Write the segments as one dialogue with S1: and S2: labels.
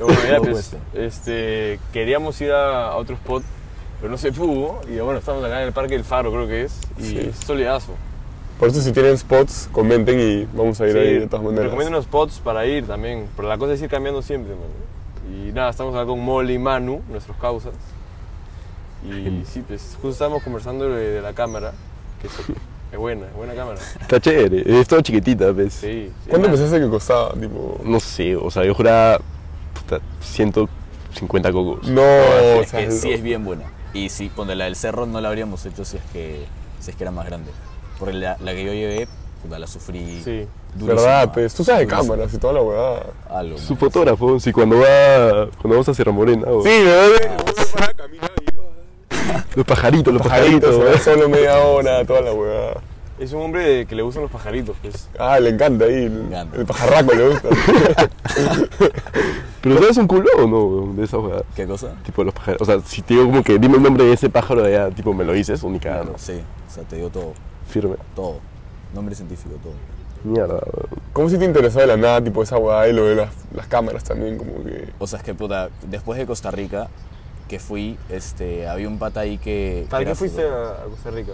S1: Bueno, ya pues, este, queríamos ir a, a otro spot, pero no se pudo. Y bueno, estamos acá en el Parque del Faro, creo que es. Y
S2: Sí.
S1: es soledazo.
S2: Por eso si tienen spots, comenten y vamos a ir ahí de todas maneras.
S1: recomiendo unos spots para ir también. Pero la cosa es ir cambiando siempre, man. Y nada, estamos acá con Molly y Manu, nuestros causas. Y sí, pues, justo estábamos conversando de, de la cámara, que es, es buena, es buena cámara.
S3: Está chévere, es todo chiquitita, ¿ves?
S1: Sí. sí,
S2: ¿Cuánto
S1: nada.
S2: pensaste que costaba? Tipo,
S3: No sé, o sea, yo juraba puta, 150 cocos.
S2: no, o
S4: es
S2: sea,
S4: que
S2: no.
S4: sí es bien buena. Y sí, ponte la del cerro no la habríamos hecho si es que, si es que era más grande. Porque la, la que yo llevé, puta, la sufrí.
S1: Sí.
S4: durísimo.
S2: ¿Verdad? Pues tú sabes de
S4: Durísimo.
S2: cámaras y toda la huevada.
S4: A lo
S3: Su
S4: más.
S3: fotógrafo, si cuando va cuando vamos a Sierra Morena, o- Ah,
S2: Sí, ¿verdad? Para caminar
S3: los pajaritos, los pajaritos,
S2: Pajaritos, ¿verdad?
S3: ¿verdad?
S2: solo media hora, toda la huevada.
S1: Es un hombre de- que le gustan los pajaritos, pues.
S2: Ah, le encanta ahí. El,
S4: encanta.
S2: el pajarraco le gusta.
S3: Pero ¿sabes un culo o no weón, de esa weá?
S4: ¿Qué cosa?
S3: Tipo los pajaritos. O sea, si te digo como que dime el nombre de ese pájaro de allá, tipo me lo dices, única, no,
S4: Sí, o sea, te digo todo,
S3: firme.
S4: todo. Nombre científico, todo.
S3: Mierda, weón.
S2: ¿Cómo si te interesó de la nada, tipo, esa huevada y lo de las, las cámaras también? Como que.
S4: O sea, es que puta, después de Costa Rica que fui, este, había un pata ahí que.
S2: Ah,
S1: ¿Para
S4: que
S1: qué
S4: era
S1: fuiste
S4: fotógrafo.
S1: a, a Costa Rica?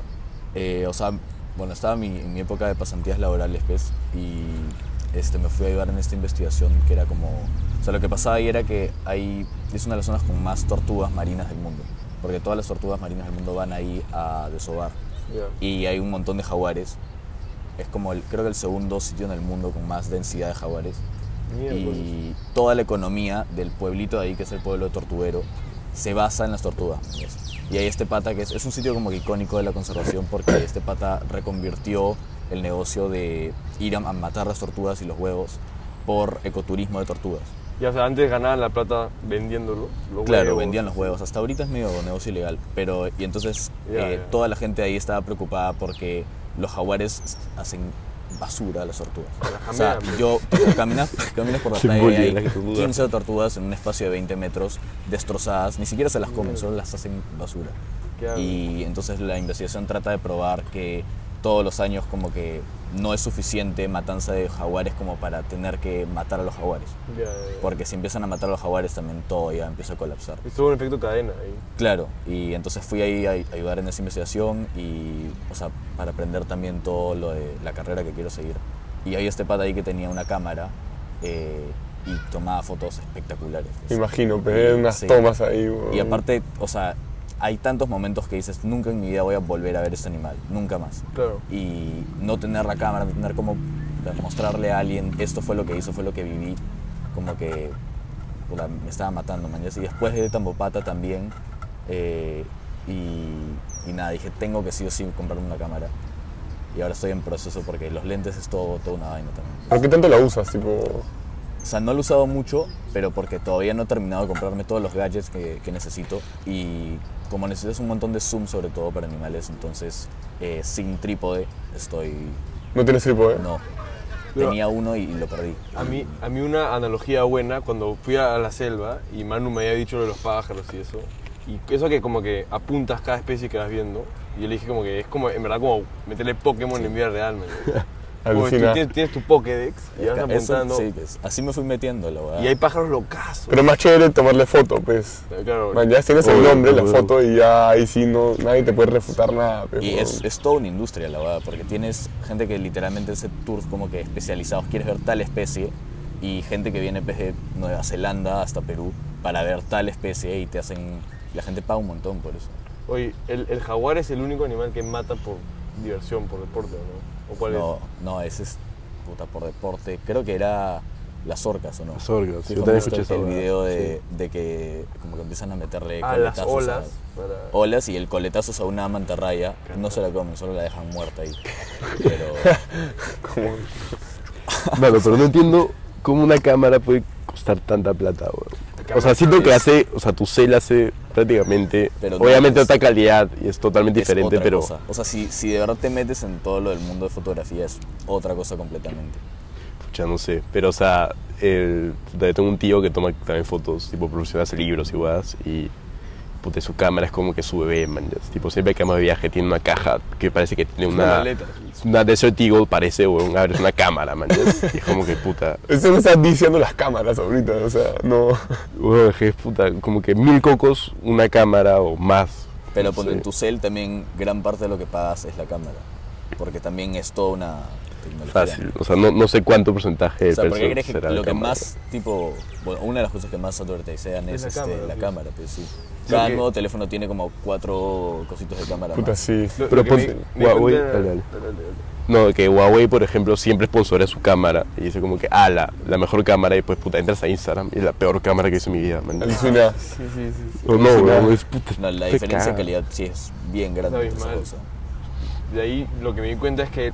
S4: Eh, o sea, bueno, estaba mi- en mi época de pasantías laborales, pues, y este, me fui a ayudar en esta investigación que era como... O sea, lo que pasaba ahí era que ahí es una de las zonas con más tortugas marinas del mundo, porque todas las tortugas marinas del mundo van ahí a desovar,
S1: Ya.
S4: y hay un montón de jaguares. Es como, el, creo que el segundo sitio en el mundo con más densidad de jaguares.
S1: Miércoles.
S4: Y toda la economía del pueblito de ahí, que es el pueblo tortuguero, se basa en las tortugas. ¿entiendes? Y hay este pata que es, es un sitio como que icónico de la conservación porque este pata reconvirtió el negocio de ir a, a matar las tortugas y los huevos por ecoturismo de tortugas.
S1: Ya, o sea, antes ganaban la plata vendiéndolo. los
S4: Claro,
S1: huevos.
S4: vendían los huevos. Hasta ahorita es medio negocio ilegal. Pero, y entonces
S1: Ya,
S4: eh,
S1: ya.
S4: toda la gente ahí estaba preocupada porque los jaguares s- hacen basura a las tortugas.
S1: las
S4: O sea,
S1: jamean,
S4: yo caminas, caminas por la
S3: Se
S4: playa y
S3: bully
S4: hay
S3: las tortugas.
S4: 15 tortugas en un espacio de 20 metros destrozadas. Ni siquiera se las comen, solo las hacen basura.
S1: Qué asco.
S4: Y entonces la investigación trata de probar que todos los años como que no es suficiente matanza de jaguares como para tener que matar a los jaguares.
S1: Ya, ya, ya.
S4: Porque si empiezan a matar a los jaguares también todo ya empieza a colapsar.
S1: Estuvo un efecto cadena ahí.
S4: Claro, y entonces fui ahí a a ayudar en esa investigación y, o sea, para aprender también todo lo de la carrera que quiero seguir. Y hay este pata ahí que tenía una cámara eh, y tomaba fotos espectaculares.
S2: Me imagino, pero unas
S4: Sí.
S2: tomas ahí. huevón.
S4: Y aparte, o sea, hay tantos momentos que dices, nunca en mi vida voy a volver a ver este animal, nunca más.
S1: Claro.
S4: Y no tener la cámara, no tener como mostrarle a alguien, esto fue lo que hizo, fue lo que viví, como que puta, me estaba matando, man. Y después de Tambopata también, eh, y, y nada, dije, tengo que sí o sí comprarme una cámara. Y ahora estoy en proceso porque los lentes es todo, toda una vaina también.
S2: ¿Pero qué tanto la usas? Tipo.
S4: O sea, no lo he usado mucho, pero porque todavía no he terminado de comprarme todos los gadgets que, que necesito. Y como necesitas un montón de zoom, sobre todo para animales, entonces eh, sin trípode estoy.
S2: No tienes trípode.
S4: No.
S1: Pero-
S4: Tenía uno y lo perdí.
S1: A mí, a mí una analogía buena, cuando fui a la selva y Manu me había dicho lo de los pájaros y eso, y eso que como que apuntas cada especie que vas viendo, y yo le dije como que es como, en verdad, como meterle Pokémon en vida real, man. Como que tú
S2: Alucina.
S1: tienes, tienes tu Pokédex y vas
S4: Eso,
S1: apuntando,
S4: sí, es- así me fui metiendo, la verdad.
S1: y hay pájaros locazos.
S2: Pero es más chévere tomarle foto, pues.
S1: Claro,
S2: Man, ya tienes el
S3: Obvio,
S2: nombre, la
S3: obvio.
S2: foto y ya ahí sí no, nadie te puede refutar nada. Pero,
S4: Y es, es toda una industria, la verdad, porque tienes gente que literalmente hace tours como que especializados, quieres ver tal especie, y gente que viene pues, de Nueva Zelanda hasta Perú para ver tal especie y te hacen... La gente paga un montón por eso.
S1: Oye, el, el jaguar es el único animal que mata por diversión, por deporte, ¿o ¿no? ¿O cuál
S4: No,
S1: es?
S4: no, ese es puta por deporte. Creo que era las orcas, ¿o no?
S3: Las orcas,
S4: Sí,
S3: yo
S4: como
S3: también
S4: este-
S3: escuché esa
S4: El
S3: huevada,
S4: video de, de que como que empiezan a meterle
S1: Ah, las
S4: coletazos
S1: olas.
S4: a-
S1: para-
S4: olas y el coletazos a una mantarraya. No se la comen, solo la dejan muerta ahí. Pero...
S3: Claro, pero no entiendo cómo una cámara puede costar tanta plata, weón. O sea, siento que hace, o sea, tu cel hace prácticamente,
S4: Pero no
S3: obviamente
S4: es-
S3: otra calidad y es totalmente
S4: es
S3: diferente,
S4: otra
S3: pero
S4: cosa. O sea, si, si de verdad te metes en todo lo del mundo de fotografía, es otra cosa completamente.
S3: pucha, no sé. Pero, o sea, el- puta, yo tengo un tío que toma también fotos, tipo, profesional, hace libros y weas, y puta, su cámara es como que su bebé, man. ya. Tipo, siempre que vamos de viaje tiene una caja que parece que tiene
S1: Una
S3: una.
S1: maleta.
S3: Una Desert Eagle parece, weón. Abres una cámara, man. ya. Y es como que puta.
S2: Eso no Este está diciendo las cámaras ahorita, o sea, no.
S3: Weón, es que es puta. Como que mil cocos, una cámara o más.
S4: Pero
S3: No
S4: ponte,
S3: sé.
S4: en tu cel también gran parte de lo que pagas es la cámara. Porque también es toda una tecnología.
S3: Fácil. O sea, no, no sé cuánto porcentaje de
S4: O sea, porque
S3: personas
S4: crees que
S3: será
S4: lo que
S3: cámara.
S4: más, tipo, bueno, una de las cosas que más advertisean es,
S1: la
S4: este,
S1: cámara,
S4: la
S1: pues.
S4: cámara, pues sí.
S1: Sí,
S4: Cada
S1: que-
S4: nuevo teléfono tiene como cuatro cositos de cámara.
S2: Puta,
S4: más.
S2: sí.
S1: Lo-
S3: Pero
S1: lo que
S3: ponte,
S1: me- me di
S3: Huawei,
S1: cuenta-
S3: dale, dale.
S1: dale, dale.
S3: No, que Huawei, por ejemplo, siempre sponsora su cámara y dice como que, ah, la, la mejor cámara y pues puta, entras a Instagram y es la peor cámara que hice en mi vida, man.
S2: Alucina.
S1: Sí, sí, sí. sí.
S3: No, no, weón, es puta.
S4: No, la
S3: te
S4: diferencia de
S3: cagas.
S4: calidad sí es bien grande.
S1: Es
S4: entre esa
S1: abismal.
S4: cosa.
S1: De ahí lo que me di cuenta es que,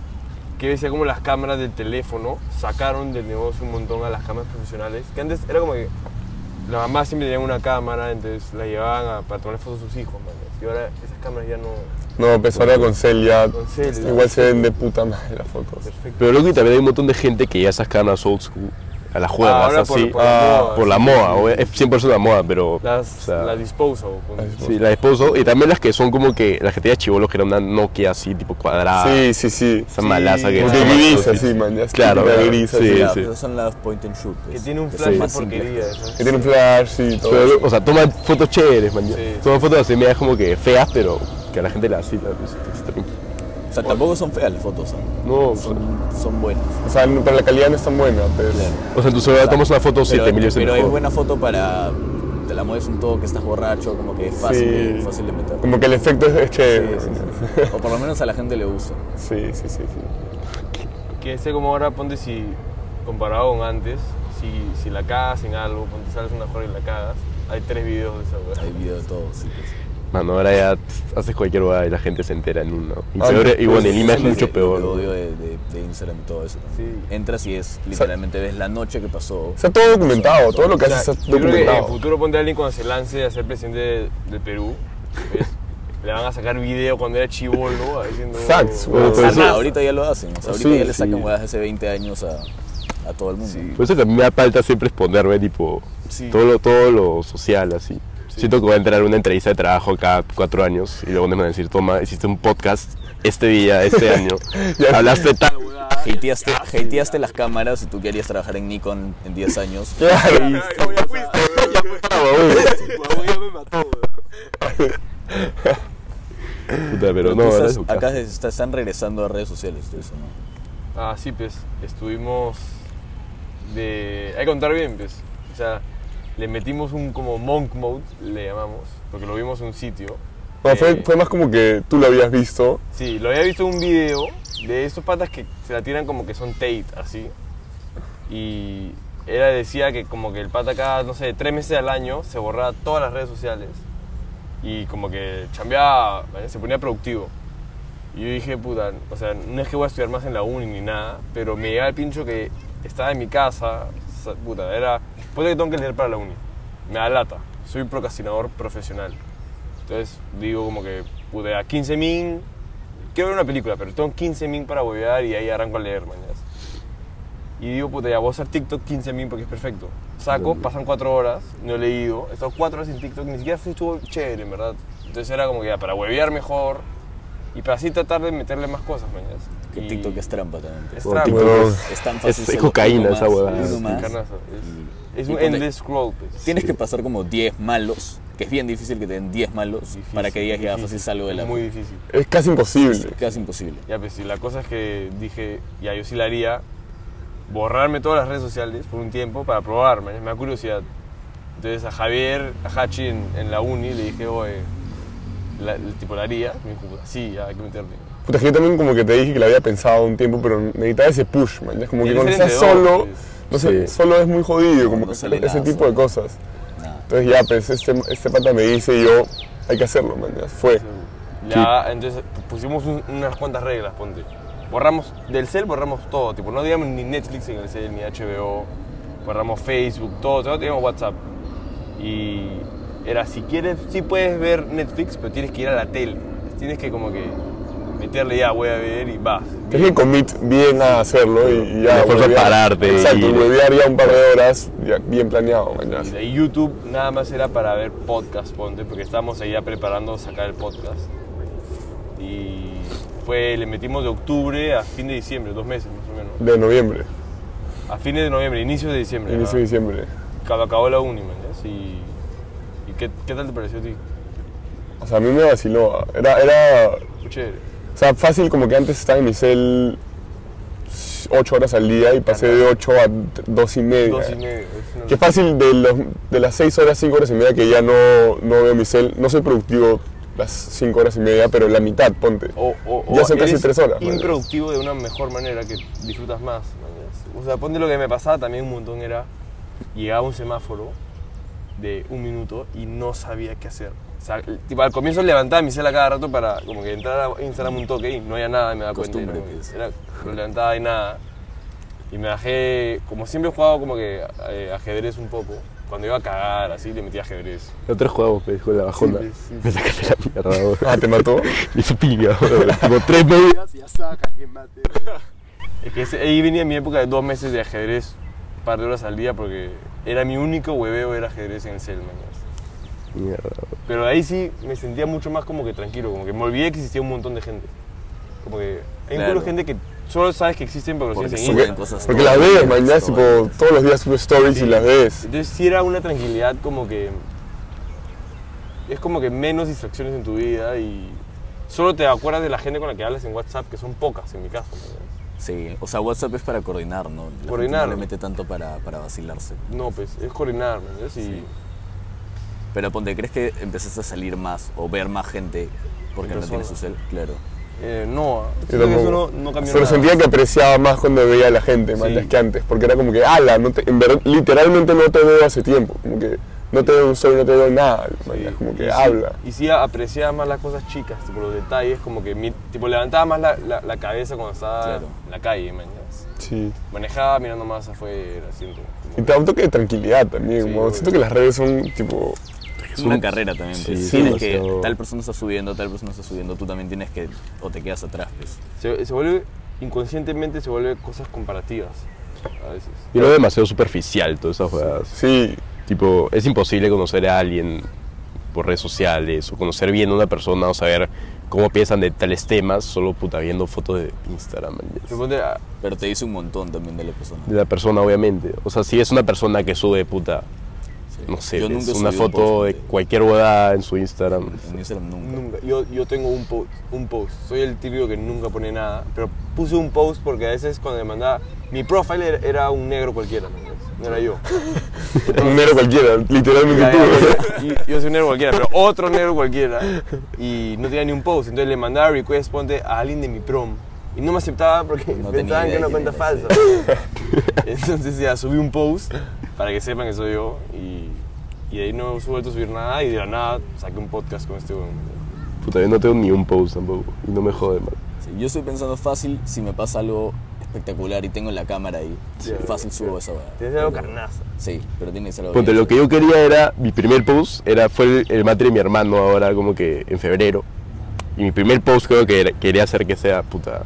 S1: que decía como las cámaras del teléfono sacaron del negocio un montón a las cámaras profesionales, que antes era como que las mamás siempre tenían una cámara, entonces la llevaban a- para tomar fotos a sus hijos, man. Y ahora esas cámaras ya no...
S2: No, pues ahora con Cel ya.
S1: Con cel, ya.
S2: Igual se ven de puta madre las fotos.
S1: Perfecto.
S3: Pero luego que también hay un montón de gente que ya esas cámaras old school, a la
S4: Ah,
S3: juega,
S1: Ahora por-
S3: así,
S1: por la moda,
S3: ah, por la
S1: sí.
S3: moda, weón, es 100% la moda, pero...
S1: Las,
S3: o sea,
S1: las disposal. con-
S2: Las-
S3: Sí, la esposo y también las que son como que, las que tenía chivolos que era una Nokia así, tipo cuadrada.
S2: Sí, sí, sí.
S3: Esa malaza Ah, que
S2: Porque
S3: esa
S2: gris
S3: malaza, sí.
S2: así, man. Ya es
S3: Claro,
S2: típica
S3: claro.
S2: gris
S3: Sí,
S2: así.
S4: Ya,
S3: sí.
S4: pero son las point and shoot. pues,
S1: Que tiene un
S4: que
S1: flash
S4: son
S1: de
S4: más simples.
S1: porquería. ¿no?
S2: Que tiene un flash y todo.
S3: Pero,
S2: eso.
S3: o sea, toman fotos chéveres, man. ya.
S1: Sí.
S3: Toman fotos así, medias como que feas, pero que a la gente le así, la- es- es-
S4: O sea, tampoco son feas las fotos, ¿no?
S3: No, o sea,
S4: son, son buenas.
S2: O sea, no- pero la calidad no es tan buena, pues.
S4: Claro.
S3: O sea, en tu celular tomas una foto
S4: Pero,
S3: 7000 veces
S4: pero es
S3: mejor.
S4: buena foto para. Te la mueves un todo que estás borracho, como que es fácil,
S2: Sí.
S4: de- fácil de meter.
S2: Como que el efecto es, es
S4: Sí,
S2: chévere.
S4: sí, sí. O por lo menos a la gente le gusta.
S2: Sí, sí, sí. sí.
S1: Que ese como ahora, ponte si, comparado con antes, si, si la cagas en algo, ponte sales una joda y la cagas, hay tres videos de esa weá.
S4: Hay videos de todo, sí. pues.
S3: Mano, Ah, ahora ya haces cualquier hueá y la gente se entera en uno. Y,
S2: Ah,
S3: peor-
S2: no,
S3: y bueno, en
S2: pues,
S3: Lima es
S4: Lo que-
S3: mucho
S4: lo
S3: peor.
S4: que odio de, de- de Instagram y todo eso. ¿no?
S1: Sí.
S4: Entras y es literalmente ves la noche que pasó.
S2: Está todo documentado, todo lo que
S1: O sea,
S2: haces está
S1: yo creo que en el
S2: documentado.
S1: futuro ponte a alguien cuando se lance a ser presidente de- del Perú. pues, le van a sacar video cuando era chivolo, diciendo.
S2: Facts,
S1: "Oh,
S2: weón,
S1: oh,
S3: pero pues
S1: oh,
S4: Ah,
S3: eso-
S1: oh".
S4: nada, ahorita ya lo hacen. O sea, ahorita
S3: Sí,
S4: ya le sacan
S3: sí.
S4: huevas de hace 20 años a, a todo el mundo.
S3: Por eso que a mí me da falta siempre exponerme, tipo,
S1: Sí.
S3: todo, lo, todo lo social, así. Siento que voy a entrar a una entrevista de trabajo cada cuatro años y luego me van a decir, toma, hiciste un podcast este día, este año,
S2: Ya.
S3: hablaste tal hueá.
S4: Hateaste, hateaste las cámaras y tú querías trabajar en Nikon en 10 años.
S2: Claro.
S1: Ay, no, ya fuiste, weón, ya
S3: Ah,
S1: fuiste, weón, ya me mató, weón.
S3: Puta, pero
S4: Pero tú
S3: no, ahora
S4: estás-
S3: es su
S4: acá
S3: casa.
S4: se está- están regresando a redes sociales. todo eso, ¿no?
S1: Ah, sí, pues, estuvimos de... Hay que contar bien, pues. O sea, le metimos un como monk mode, le llamamos, porque lo vimos en un sitio.
S2: No, fue,
S1: Eh,
S2: fue más como que tú lo habías visto.
S1: Sí, lo había visto en un video de esos patas que se la tiran como que son Tate, así. Y era decía que como que el pata cada, no sé, tres meses al año se borraba todas las redes sociales. Y como que chambeaba, ¿vale? se ponía productivo. Y yo dije, puta, o sea, no es que voy a estudiar más en la uni ni nada, pero me llegaba el pincho que estaba en mi casa, sa- puta, era, puede que tengo que leer para la uni. Me da lata, soy procrastinador profesional. Entonces digo como que, puta, a 15 min, quiero ver una película, pero tengo 15 min para bobear y ahí arranco a leer, mañana. Y digo, puta, ya voy a hacer TikTok 15 min porque es perfecto. Saco, pasan 4 horas, no he leído, he estado 4 horas en TikTok, ni siquiera fue- estuvo chévere, en verdad. Entonces era como que ya, para huevear mejor y para así tratar de meterle más cosas, mañana.
S4: Que TikTok es trampa también. pues.
S1: es trampa.
S3: TikTok
S2: Weón.
S4: Es tan
S3: Es-
S4: fácil.
S3: es
S4: solo
S3: cocaína
S4: uno
S3: esa
S4: más,
S3: huevada.
S4: uno más.
S1: carnazo, es- es
S4: Y
S1: un
S4: ponte-
S1: endless scroll, pues.
S4: Tienes que pasar como 10 malos, que es bien difícil que te den 10 malos
S1: Difícil,
S4: para que digas ya
S1: difícil,
S4: fácil salgo de la.
S1: Muy difícil.
S2: Es casi imposible.
S4: Casi imposible.
S1: Ya, pues sí, la cosa es que dije, ya, yo sí la haría, borrarme todas las redes sociales por un tiempo para probarme, me da curiosidad. Entonces a Javier, a Hachi en, en la uni le dije, oye, la, el tipo la haría, me dijo, "Puta, sí, ya, hay que meterle.
S2: Puta, es que yo también como que te dije que lo había pensado un tiempo, pero necesitaba ese push, man. Es como
S1: Y
S2: que
S1: es
S2: cuando estás
S1: diferente,
S2: solo,
S1: ¿no?
S2: no sé,
S3: Sí.
S2: solo es muy jodido, como
S4: no
S2: que
S4: sale
S2: ese, ese
S4: nada,
S2: tipo de
S4: ¿no?
S2: cosas.
S4: Nada.
S2: Entonces ya, pues este, este pata me dice y yo, hay que hacerlo, man. ya Fue.
S1: Ya, entonces pusimos un- unas cuantas reglas, ponte. Borramos, del cel borramos todo, tipo, no digamos ni Netflix en el cel, ni HBO, borramos Facebook, todo, todo, teníamos WhatsApp. Y era, si quieres, sí puedes ver Netflix, pero tienes que ir a la tele. Tienes que como que meterle ya, voy a ver y vas.
S2: Tienes que commit bien a hacerlo y, y ya.
S3: El esfuerzo de
S2: huevear.
S3: pararte y-
S2: Exacto, huevear ya un par de horas, ya bien planeado, mañana.
S1: Y de ahí YouTube nada más era para ver podcast, ponte, porque estábamos ahí ya preparando sacar el podcast. Y fue, le metimos de octubre a fin de diciembre, dos meses más o menos.
S2: De noviembre,
S1: A fines de noviembre, inicios de diciembre.
S2: inicio de
S1: ¿verdad?
S2: diciembre.
S1: Cuando acabó la uni, man, ¿ya? Sí. ¿Y qué, qué tal te pareció a ti?
S2: O sea, a mí me vaciló. ah. Era, era,
S1: Muy chévere.
S2: o sea, fácil como que antes estaba en mi cel 8 horas al día y pasé de 8 a 2 y media.
S1: Dos y medio. es una
S2: Qué fácil de, los- de las 6 horas, 5 horas y media que ya no, no veo mi cel, no soy productivo las 5 horas y media, pero la mitad, ponte.
S1: O, o, o
S2: Ya son casi
S1: eres
S2: tres horas, man.
S1: Improductivo de una mejor manera que disfrutas más. man. O sea, ponte lo que me pasaba también un montón era llegaba un semáforo de un minuto y no sabía qué hacer. O sea, el- tipo, al comienzo levantaba mi celular cada rato para como que entrar a Instagram un toque y no había nada, me daba cuenta. y
S4: Costumbre,
S1: no-
S4: pues.
S1: era- lo levantaba y nada. Y me bajé, como siempre he jugado como que eh, ajedrez un poco. Cuando iba a cagar, así, le metía ajedrez.
S3: Otro juego, pues, con la bajona.
S1: Sí, sí,
S3: Me sacaste la mierda, weón.
S2: Ah, te mató.
S3: Me hizo piña, weón. Tipo, tres medias.
S5: Ya saca, que mate.
S1: Es que ese- ahí venía mi época de dos meses de ajedrez, un par de horas al día, porque era mi único hueveo era ajedrez en el cel, mañas.
S3: Mierda, weón.
S1: Pero ahí sí me sentía mucho más como que tranquilo, como que me olvidé que existía un montón de gente. Como que hay un
S4: Claro.
S1: culo de gente que solo sabes que existen porque lo
S4: Porque
S1: sigues en
S4: suben
S1: Instagram.
S2: Porque,
S4: cosas
S2: porque
S4: todos
S2: las
S4: los
S2: ves,
S4: días,
S2: mañana,
S4: todos
S2: tipo,
S4: los días.
S2: todos los días subes stories y las ves.
S1: Entonces sí era una tranquilidad como que... Es como que menos distracciones en tu vida y solo te acuerdas de la gente con la que hablas en WhatsApp, que son pocas en mi caso. ¿no?
S4: Sí, o sea, WhatsApp es para coordinar, ¿no? La gente
S1: Coordinar.
S4: No le mete tanto para, para vacilarse.
S1: No, pues es coordinar, ¿me entiendes? Y-
S4: Sí. Pero ponte, ¿crees que empezaste a salir más o ver más gente porque no
S1: Persona.
S4: tienes su cel? Claro.
S1: Eh, no,
S2: Yo
S1: siento que
S2: tampoco.
S1: eso no, no cambió
S2: Pero
S1: nada.
S2: sentía que apreciaba más cuando veía a la gente, mañas,
S1: Sí.
S2: que antes. Porque era como que, ala, no te- en verdad, literalmente no te veo hace tiempo. Como que no te veo un story, no te veo nada, mañas, como que
S1: y sí-
S2: habla.
S1: y sí apreciaba más las cosas chicas, tipo los detalles, como que mi- tipo, levantaba más la, la- la cabeza cuando estaba
S4: Claro.
S1: en la calle, mañas.
S2: Sí.
S1: Manejaba mirando más afuera, siento. como-
S2: Y te da un toque de tranquilidad también.
S1: Sí,
S2: como
S1: obvio.
S2: siento que las redes son, tipo,
S4: Es una carrera también.
S3: Sí,
S4: pues.
S3: sí,
S4: tienes
S3: demasiado.
S4: que tal persona está subiendo, tal persona está subiendo, tú también tienes que o te quedas atrás, pues.
S1: Se, se vuelve, inconscientemente se vuelve cosas comparativas a veces.
S3: Y no es demasiado superficial todas esas jugadas.
S2: sí,
S3: Tipo, es imposible conocer a alguien por redes sociales o conocer bien a una persona o saber cómo piensan de tales temas solo puta viendo fotos de Instagram. man, yes.
S1: Pero ponte, ah,
S4: Pero te dice un montón también de la persona.
S3: De la persona, obviamente. O sea, si es una persona que sube puta,
S4: Sí.
S3: no sé,
S4: Yo
S3: pues,
S4: nunca
S3: una
S4: subí un
S3: foto
S4: post
S3: de cualquier huevada en su Instagram.
S4: En Instagram nunca.
S1: nunca. Yo, yo tengo un post, un post. Soy el típico que nunca pone nada. Pero puse un post porque a veces cuando le mandaba. Mi profile era, era un negro cualquiera, mañas, no era yo.
S2: un negro cualquiera, literalmente
S1: Ya,
S2: tú.
S1: ya, ya. Y- Yo soy un negro cualquiera, pero otro negro cualquiera. Y no tenía ni un post. Entonces le mandaba request, ponte, a alguien de mi prom. Y no me aceptaba porque
S4: No tenía
S1: pensaban que
S4: idea
S1: era una
S4: quién
S1: cuenta falsa.
S4: era
S1: Entonces ya subí un post para que sepan que soy yo. Y, y de ahí no he vuelto a subir nada. Y de la nada saqué un podcast con este weón.
S3: Puta, yo no tengo ni un post tampoco. Y no me jode, man.
S4: Sí, yo estoy pensando fácil si me pasa algo espectacular y tengo la cámara ahí. fácil subo esa hueá.
S1: Tienes algo carnaza.
S4: Sí, pero tiene que ser algo.
S3: Ponte,
S4: bien
S3: lo que yo quería era, mi primer post era, fue el, el mate de mi hermano ahora como que en febrero. Y mi primer post creo que era- quería hacer que sea, puta,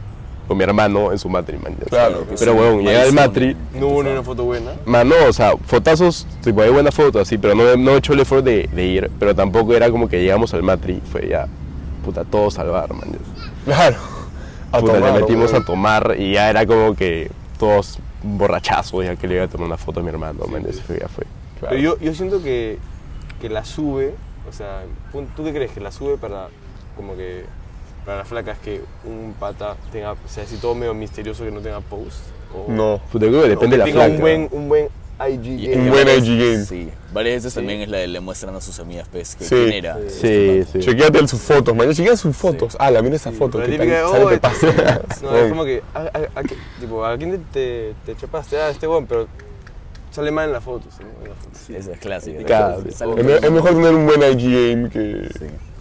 S3: con mi hermano en su matri, man. ya.
S2: Claro,
S4: que
S3: Pero
S4: sí.
S3: weón, llega el
S4: Malísimo,
S3: matri,
S4: man.
S1: No hubo ni una foto buena.
S3: man, no, o sea, fotazos, tipo, hay buenas fotos así, pero no, no he hecho el esfuerzo de, de ir, pero tampoco era como que llegamos al matri, fue ya, puta, todo salvar, man. ya.
S2: Claro. A
S3: Puta,
S2: tomar,
S3: le metimos
S2: weón.
S3: a tomar y ya era como que todos borrachazos, ya que le iba a tomar una foto a mi hermano, man, ya, fue- ya fue.
S1: Pero yo, yo siento que, que la sube, o sea, pon- ¿tú qué crees? Que la sube para, como que, para las flacas que un pata tenga, o sea, así todo medio misterioso que no tenga post. O,
S2: No.
S3: Puta, creo que
S1: o que
S3: depende de la
S1: tenga
S3: flaca.
S1: un buen, un buen Eh, IG
S4: Y-
S1: game.
S2: Un
S4: y
S2: buen
S4: varias-
S2: IG game.
S4: Sí, varias veces también es la de le muestran a sus amigas, pues, que
S2: Sí.
S4: quién era.
S3: Sí, sí.
S2: Chequéate el- sus fotos, mañana. Chequea sus fotos. Ah, la mira esa foto.
S1: Pero la
S2: ¿qué tal?
S1: típica de,
S2: Sale,
S1: "Oh,
S2: te
S1: este-
S2: pasa.
S1: No, es como que, a, a- a qué- tipo, ¿a quién te, te, te chapaste? Ah, este buen, pero sale mal en la foto. ¿sí? En la foto.
S4: Esa es clásica.
S3: Claro.
S4: Esa- sale todo
S2: Es, me-
S4: el
S2: es
S4: mundo.
S2: mejor tener un buen IG game que.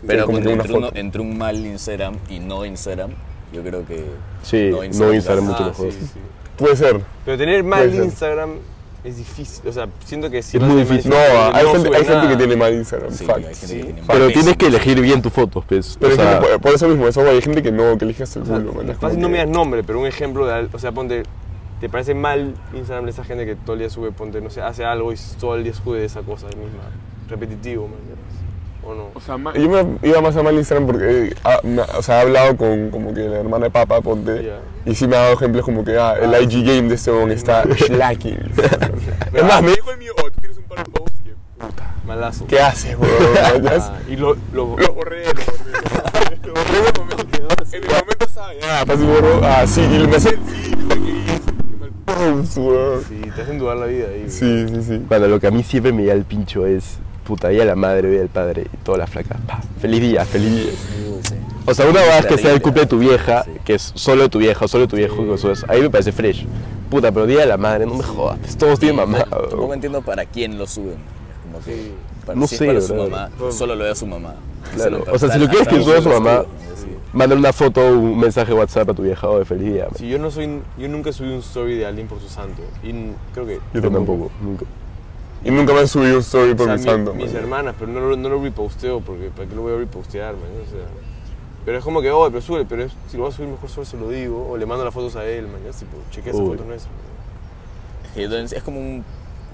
S4: Pero
S2: como que
S4: ponte,
S2: una
S4: entre, uno-
S2: foto.
S4: entre un mal Instagram y no Instagram, yo creo que.
S3: Sí, no Instagram
S4: es-
S3: mucho
S1: Ah,
S3: mejor.
S1: sí, sí.
S2: Puede ser.
S1: Pero tener mal
S2: Puede ser.
S1: Instagram es difícil. O sea, siento que si
S3: Es
S1: lo
S3: muy
S1: haces
S3: difícil.
S2: No,
S1: mal,
S2: hay, gente,
S1: sube
S2: hay gente
S1: nada.
S2: que tiene mal Instagram,
S4: Sí,
S2: fact.
S4: hay gente
S1: sí.
S4: que tiene
S3: Pero
S4: más
S3: tienes
S4: peso.
S3: que elegir bien tus fotos, pues.
S2: Pero
S3: o
S2: hay
S3: sea,
S2: gente- por, por eso mismo, eso hay gente que no, que elige hasta el
S1: O sea,
S2: culo, man, es como
S1: fácil no
S2: que-
S1: me das nombre, pero un ejemplo de. al- O sea, ponte. ¿Te parece mal Instagram de esa gente que todo el día sube, ponte, no sé, hace algo y todo el día sube de esa cosa misma? Repetitivo, man. ¿ya? ¿O no?
S5: O sea, ma-
S2: Yo me iba más a mal Instagram porque, eh, ah, na- o sea, he hablado con como que la hermana de Papa, ponte,
S1: Ya.
S2: y sí me ha dado ejemplos como que, ah, el IG game de este hombre está slacking. es más, me dijo el mío, oh, tú tienes un par de posts que, puta,
S1: ah, Malazo.
S2: ¿qué haces, weón? ¿Cachas?
S1: Ah, y lo, lo-
S2: Lo borré, lo borré, lo borré en el momento, en el momento estaba ya, fácil borro, ah, sí, y me hace, sí, lo que hice, qué mal post, weón.
S1: Sí, te hacen dudar la vida ahí.
S2: Sí, sí, sí.
S3: Cuando lo que a mí siempre me da el pincho es puta vida la madre, vida el padre y todas las flacas. pa, Feliz día, feliz día.
S4: Uy, sí.
S3: O sea, una vez que sea
S4: Terrible.
S3: el cumple de tu vieja,
S4: Sí.
S3: que es solo de tu vieja, solo de tu viejo, que eso es- ahí me parece fresh. Puta, pero día de la madre, no me jodas, pues, todos tienen mamá.
S4: Tampoco
S3: weón.
S4: entiendo para quién lo suben. Como que para,
S3: No
S4: si es
S3: sé,
S4: para su
S3: brother.
S4: mamá, solo lo ve a su mamá.
S3: Claro. O sea, si lo quieres que suba a su mamá, Mándale una foto o un mensaje de WhatsApp a tu vieja, oye, feliz día. man.
S1: Si yo no soy, yo nunca subí un story de alguien por su santo. Y n- creo que.
S3: Yo tampoco, nunca.
S2: Y nunca me han subido un story
S1: o
S2: por
S1: sea,
S2: mi
S1: mi-
S2: santo,
S1: mis
S2: man.
S1: hermanas, pero no lo, no lo reposteo porque ¿para qué lo voy a repostear, man? O sea, pero es como que, oh, pero sube, pero es- si lo vas a subir mejor solo se lo digo, o le mando las fotos a él, man. Ya, tipo, chequea esa
S3: Uy.
S1: foto nuestra. man.
S4: Es como un,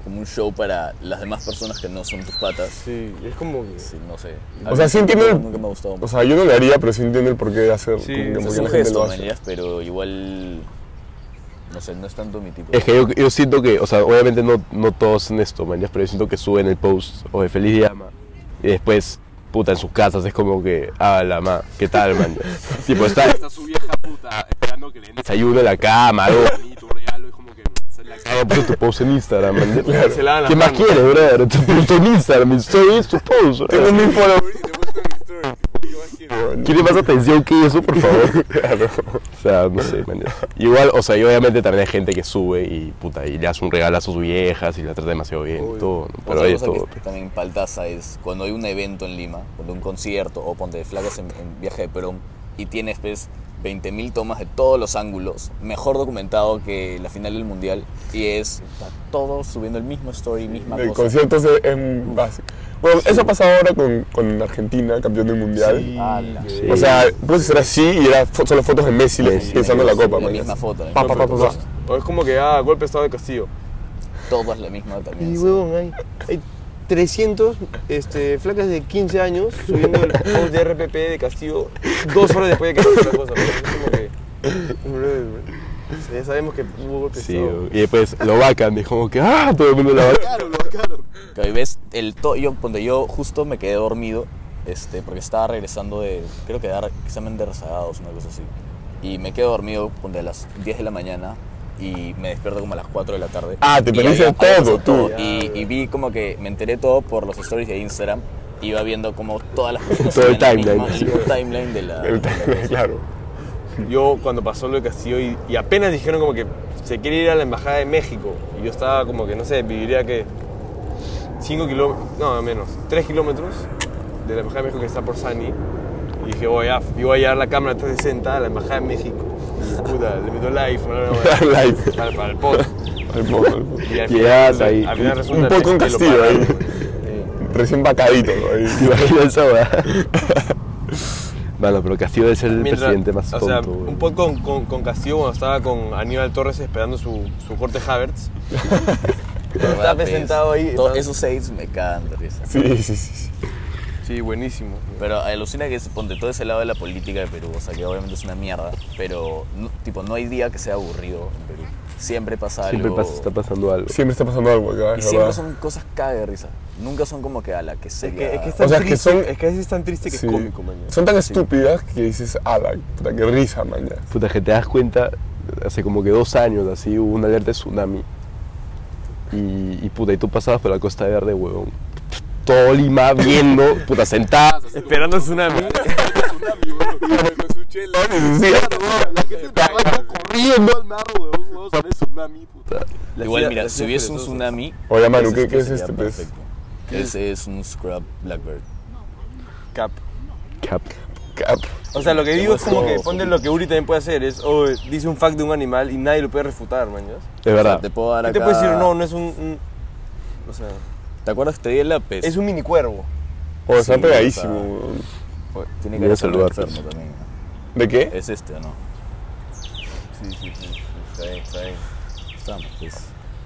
S4: como un show para las demás personas que no son tus patas.
S1: Sí, y es como que.
S4: Sí, no sé.
S2: O sea, sí entiendo el-
S4: Nunca me ha gustado.
S2: O sea, yo no le haría, pero sí entiendo el porqué de hacer.
S1: Sí,
S2: como que
S1: o sea,
S2: por
S4: es
S2: qué
S4: un
S2: la gente
S4: gesto,
S2: lo
S4: ¿me
S2: hace.
S4: entiendes? pero igual. No sé, no es tanto mi tipo.
S3: Es que yo, yo siento que, o sea, obviamente no, no todos hacen esto, man, ya, pero yo siento que suben el post, oye, feliz día, ma. Y después, puta, en sus casas es como que, ah, la ma, ¿qué tal, man? ya? tipo, está
S5: está su vieja puta esperando que le den
S3: desayuno en la cama, algo.
S5: tu regalo y como que se la
S3: Ah, puso tu post en Instagram, man. ya.
S1: Se lavan las
S3: ¿Qué más
S1: manos.
S3: quieres, brother? Tu post en Instagram, mi story es tu post,
S2: Tengo
S3: brother.
S2: mil followers.
S5: Y te muestro mi story. ¿Qué más quieres?
S3: ¿Quiere más atención que eso, por favor? O sea, no sé, man. ya. Igual, o sea, y obviamente también hay gente que sube y, puta, y le hace un regalazo a sus viejas y la trata demasiado bien y todo, ¿no? Pero
S4: Otra
S3: ahí es
S4: cosa
S3: todo.
S4: que también paltaza es cuando hay un evento en Lima, cuando un concierto o ponte de flacas en, en viaje de Perón y tienes pues 20.000 tomas de todos los ángulos, mejor documentado que la final del mundial y es está todo subiendo el mismo story, misma
S2: El
S4: cosa.
S2: concierto es, es básico. Bueno, eso ha pasado ahora con, con Argentina, campeón del mundial.
S4: Ala.
S2: O sea, pues era así y era fo- solo fotos de Messi
S3: Messi,
S2: pensando en la copa,
S4: La
S2: man.
S4: misma foto, la
S2: Pa,
S4: misma
S2: pa, pa,
S4: foto,
S2: pa,
S4: todo.
S1: O es como que, ah, golpe de estado de castillo.
S4: todo es la misma también.
S1: Y
S4: sí.
S1: huevón, hay, hay 300 este, flacas de 15 años subiendo el post de RPP de Castillo dos horas después de que pasó la cosa. ¿no? Es como que. bro, Ya sabemos que hubo golpe de
S3: Sí,
S1: estado.
S3: y después lo vacan, dijo como que, ah, todo el mundo lo vaca.
S4: Que hoy ves el to yo, donde yo justo me quedé dormido, este, porque estaba regresando de, creo que dar examen de rezagados, una cosa así. Y me quedé dormido donde a las 10 de la mañana y me despierto como a las 4 de la tarde.
S2: Ah, te
S4: Y
S2: perdiste
S4: había- había
S2: todo,
S4: pasado
S2: tú.
S4: Y, y vi como que me enteré todo por los stories de Instagram. Iba viendo como todas las personas
S3: Todo el
S4: subían la
S3: timeline,
S4: misma-
S3: sí.
S4: el mismo timeline de la...
S2: El- claro.
S1: Yo cuando pasó lo de Castillo y, y apenas dijeron como que se quiere ir a la Embajada de México y yo estaba como que, no sé, viviría que 5 kilómetros, no, menos, 3 kilómetros de la Embajada de México que está por Sani y dije, voy a, y voy a llevar la cámara 360 a la Embajada de México. Y, puta, le meto live, no, no, no,
S2: Live.
S1: para, para el pod.
S2: Al poco, al poco.
S1: Y al
S3: Llegas
S1: final-
S3: ahí,
S1: al final
S3: un
S1: resulta
S2: poco
S1: que
S2: en
S1: lo Eh,
S2: Castillo
S1: pararon,
S2: ahí.
S1: güey.
S2: Recién vacadito, ¿no? Ahí.
S3: ¿Te imaginas esa weá? Bueno, pero Castillo debe ser el
S1: Mientras-
S3: presidente más
S1: o
S3: tonto.
S1: sea,
S3: weón.
S1: un pod con, con, con Castillo cuando estaba con Aníbal Torres esperando su, su corte Havertz.
S4: ¿verdad?
S1: Estaba
S4: Pues,
S1: presentado ahí.
S4: Todos esos seis me cagan de risa.
S2: Sí, sí, sí, sí.
S1: Sí, buenísimo.
S4: Pero alucina que se ponte todo ese lado de la política de Perú, o sea, que obviamente es una mierda, pero no, tipo, no hay día que sea aburrido en Perú. Siempre pasa
S3: Siempre
S4: algo.
S3: pasa- está pasando algo.
S2: Siempre está pasando algo acá,
S4: y
S2: es
S4: siempre
S2: verdad.
S4: son cosas caga de risa. Nunca son como que a la que
S1: Es
S4: sería.
S1: que, es que es
S2: O
S1: tan
S2: sea, es que
S1: triste,
S2: son-
S1: es que a veces es tan triste que
S2: Sí.
S1: es cómico, mañana.
S2: Son tan estúpidas que dices, ala, puta, qué risa, man. ya".
S3: Puta, que te das cuenta, hace como que dos años así hubo una alerta de tsunami. Y, y puta, y tú pasabas por la Costa Verde, huevón. Todo Lima viendo, puta, sentadas. así.
S1: Esperando el tsunami.
S5: Tsunami, bro. Con su chela.
S3: La gente te va corriendo al mar, huevón, huevón, sobre el tsunami, puta.
S4: Igual,
S1: Las
S4: mira,
S1: ideas-
S4: si
S1: las
S4: hubiese un
S1: ideas
S4: tsunami.
S2: Oye, Manu,
S4: ese
S2: ¿qué,
S4: sí
S2: qué es
S4: sería
S2: este pez?
S4: perfecto. Ese es un Scrub Blackbird.
S1: Cap.
S3: Cap. capo.
S1: O sea, lo que
S4: Qué
S1: digo es como que
S4: hueso.
S1: ponle lo que Uri también puede hacer, es, oh, dice un fact de un animal y nadie lo puede refutar, man, ¿ya?
S3: Es verdad.
S4: Te puedo dar
S1: ¿Qué te
S4: acá-
S1: puede decir? No, no es un... un- o sea,
S4: ¿Te acuerdas que te di el lápiz?
S1: es un mini cuervo.
S3: O sea,
S4: Sí,
S3: pegadísimo.
S4: o
S3: weón.
S4: Pues, Tiene
S3: Voy a
S4: que ser
S3: saludar,
S4: enfermo
S3: pues.
S4: también. ¿no?
S3: ¿De qué?
S4: Es este, ¿o ¿no?
S1: Sí, sí, sí.
S4: Está bien, está bien. Estamos, pues.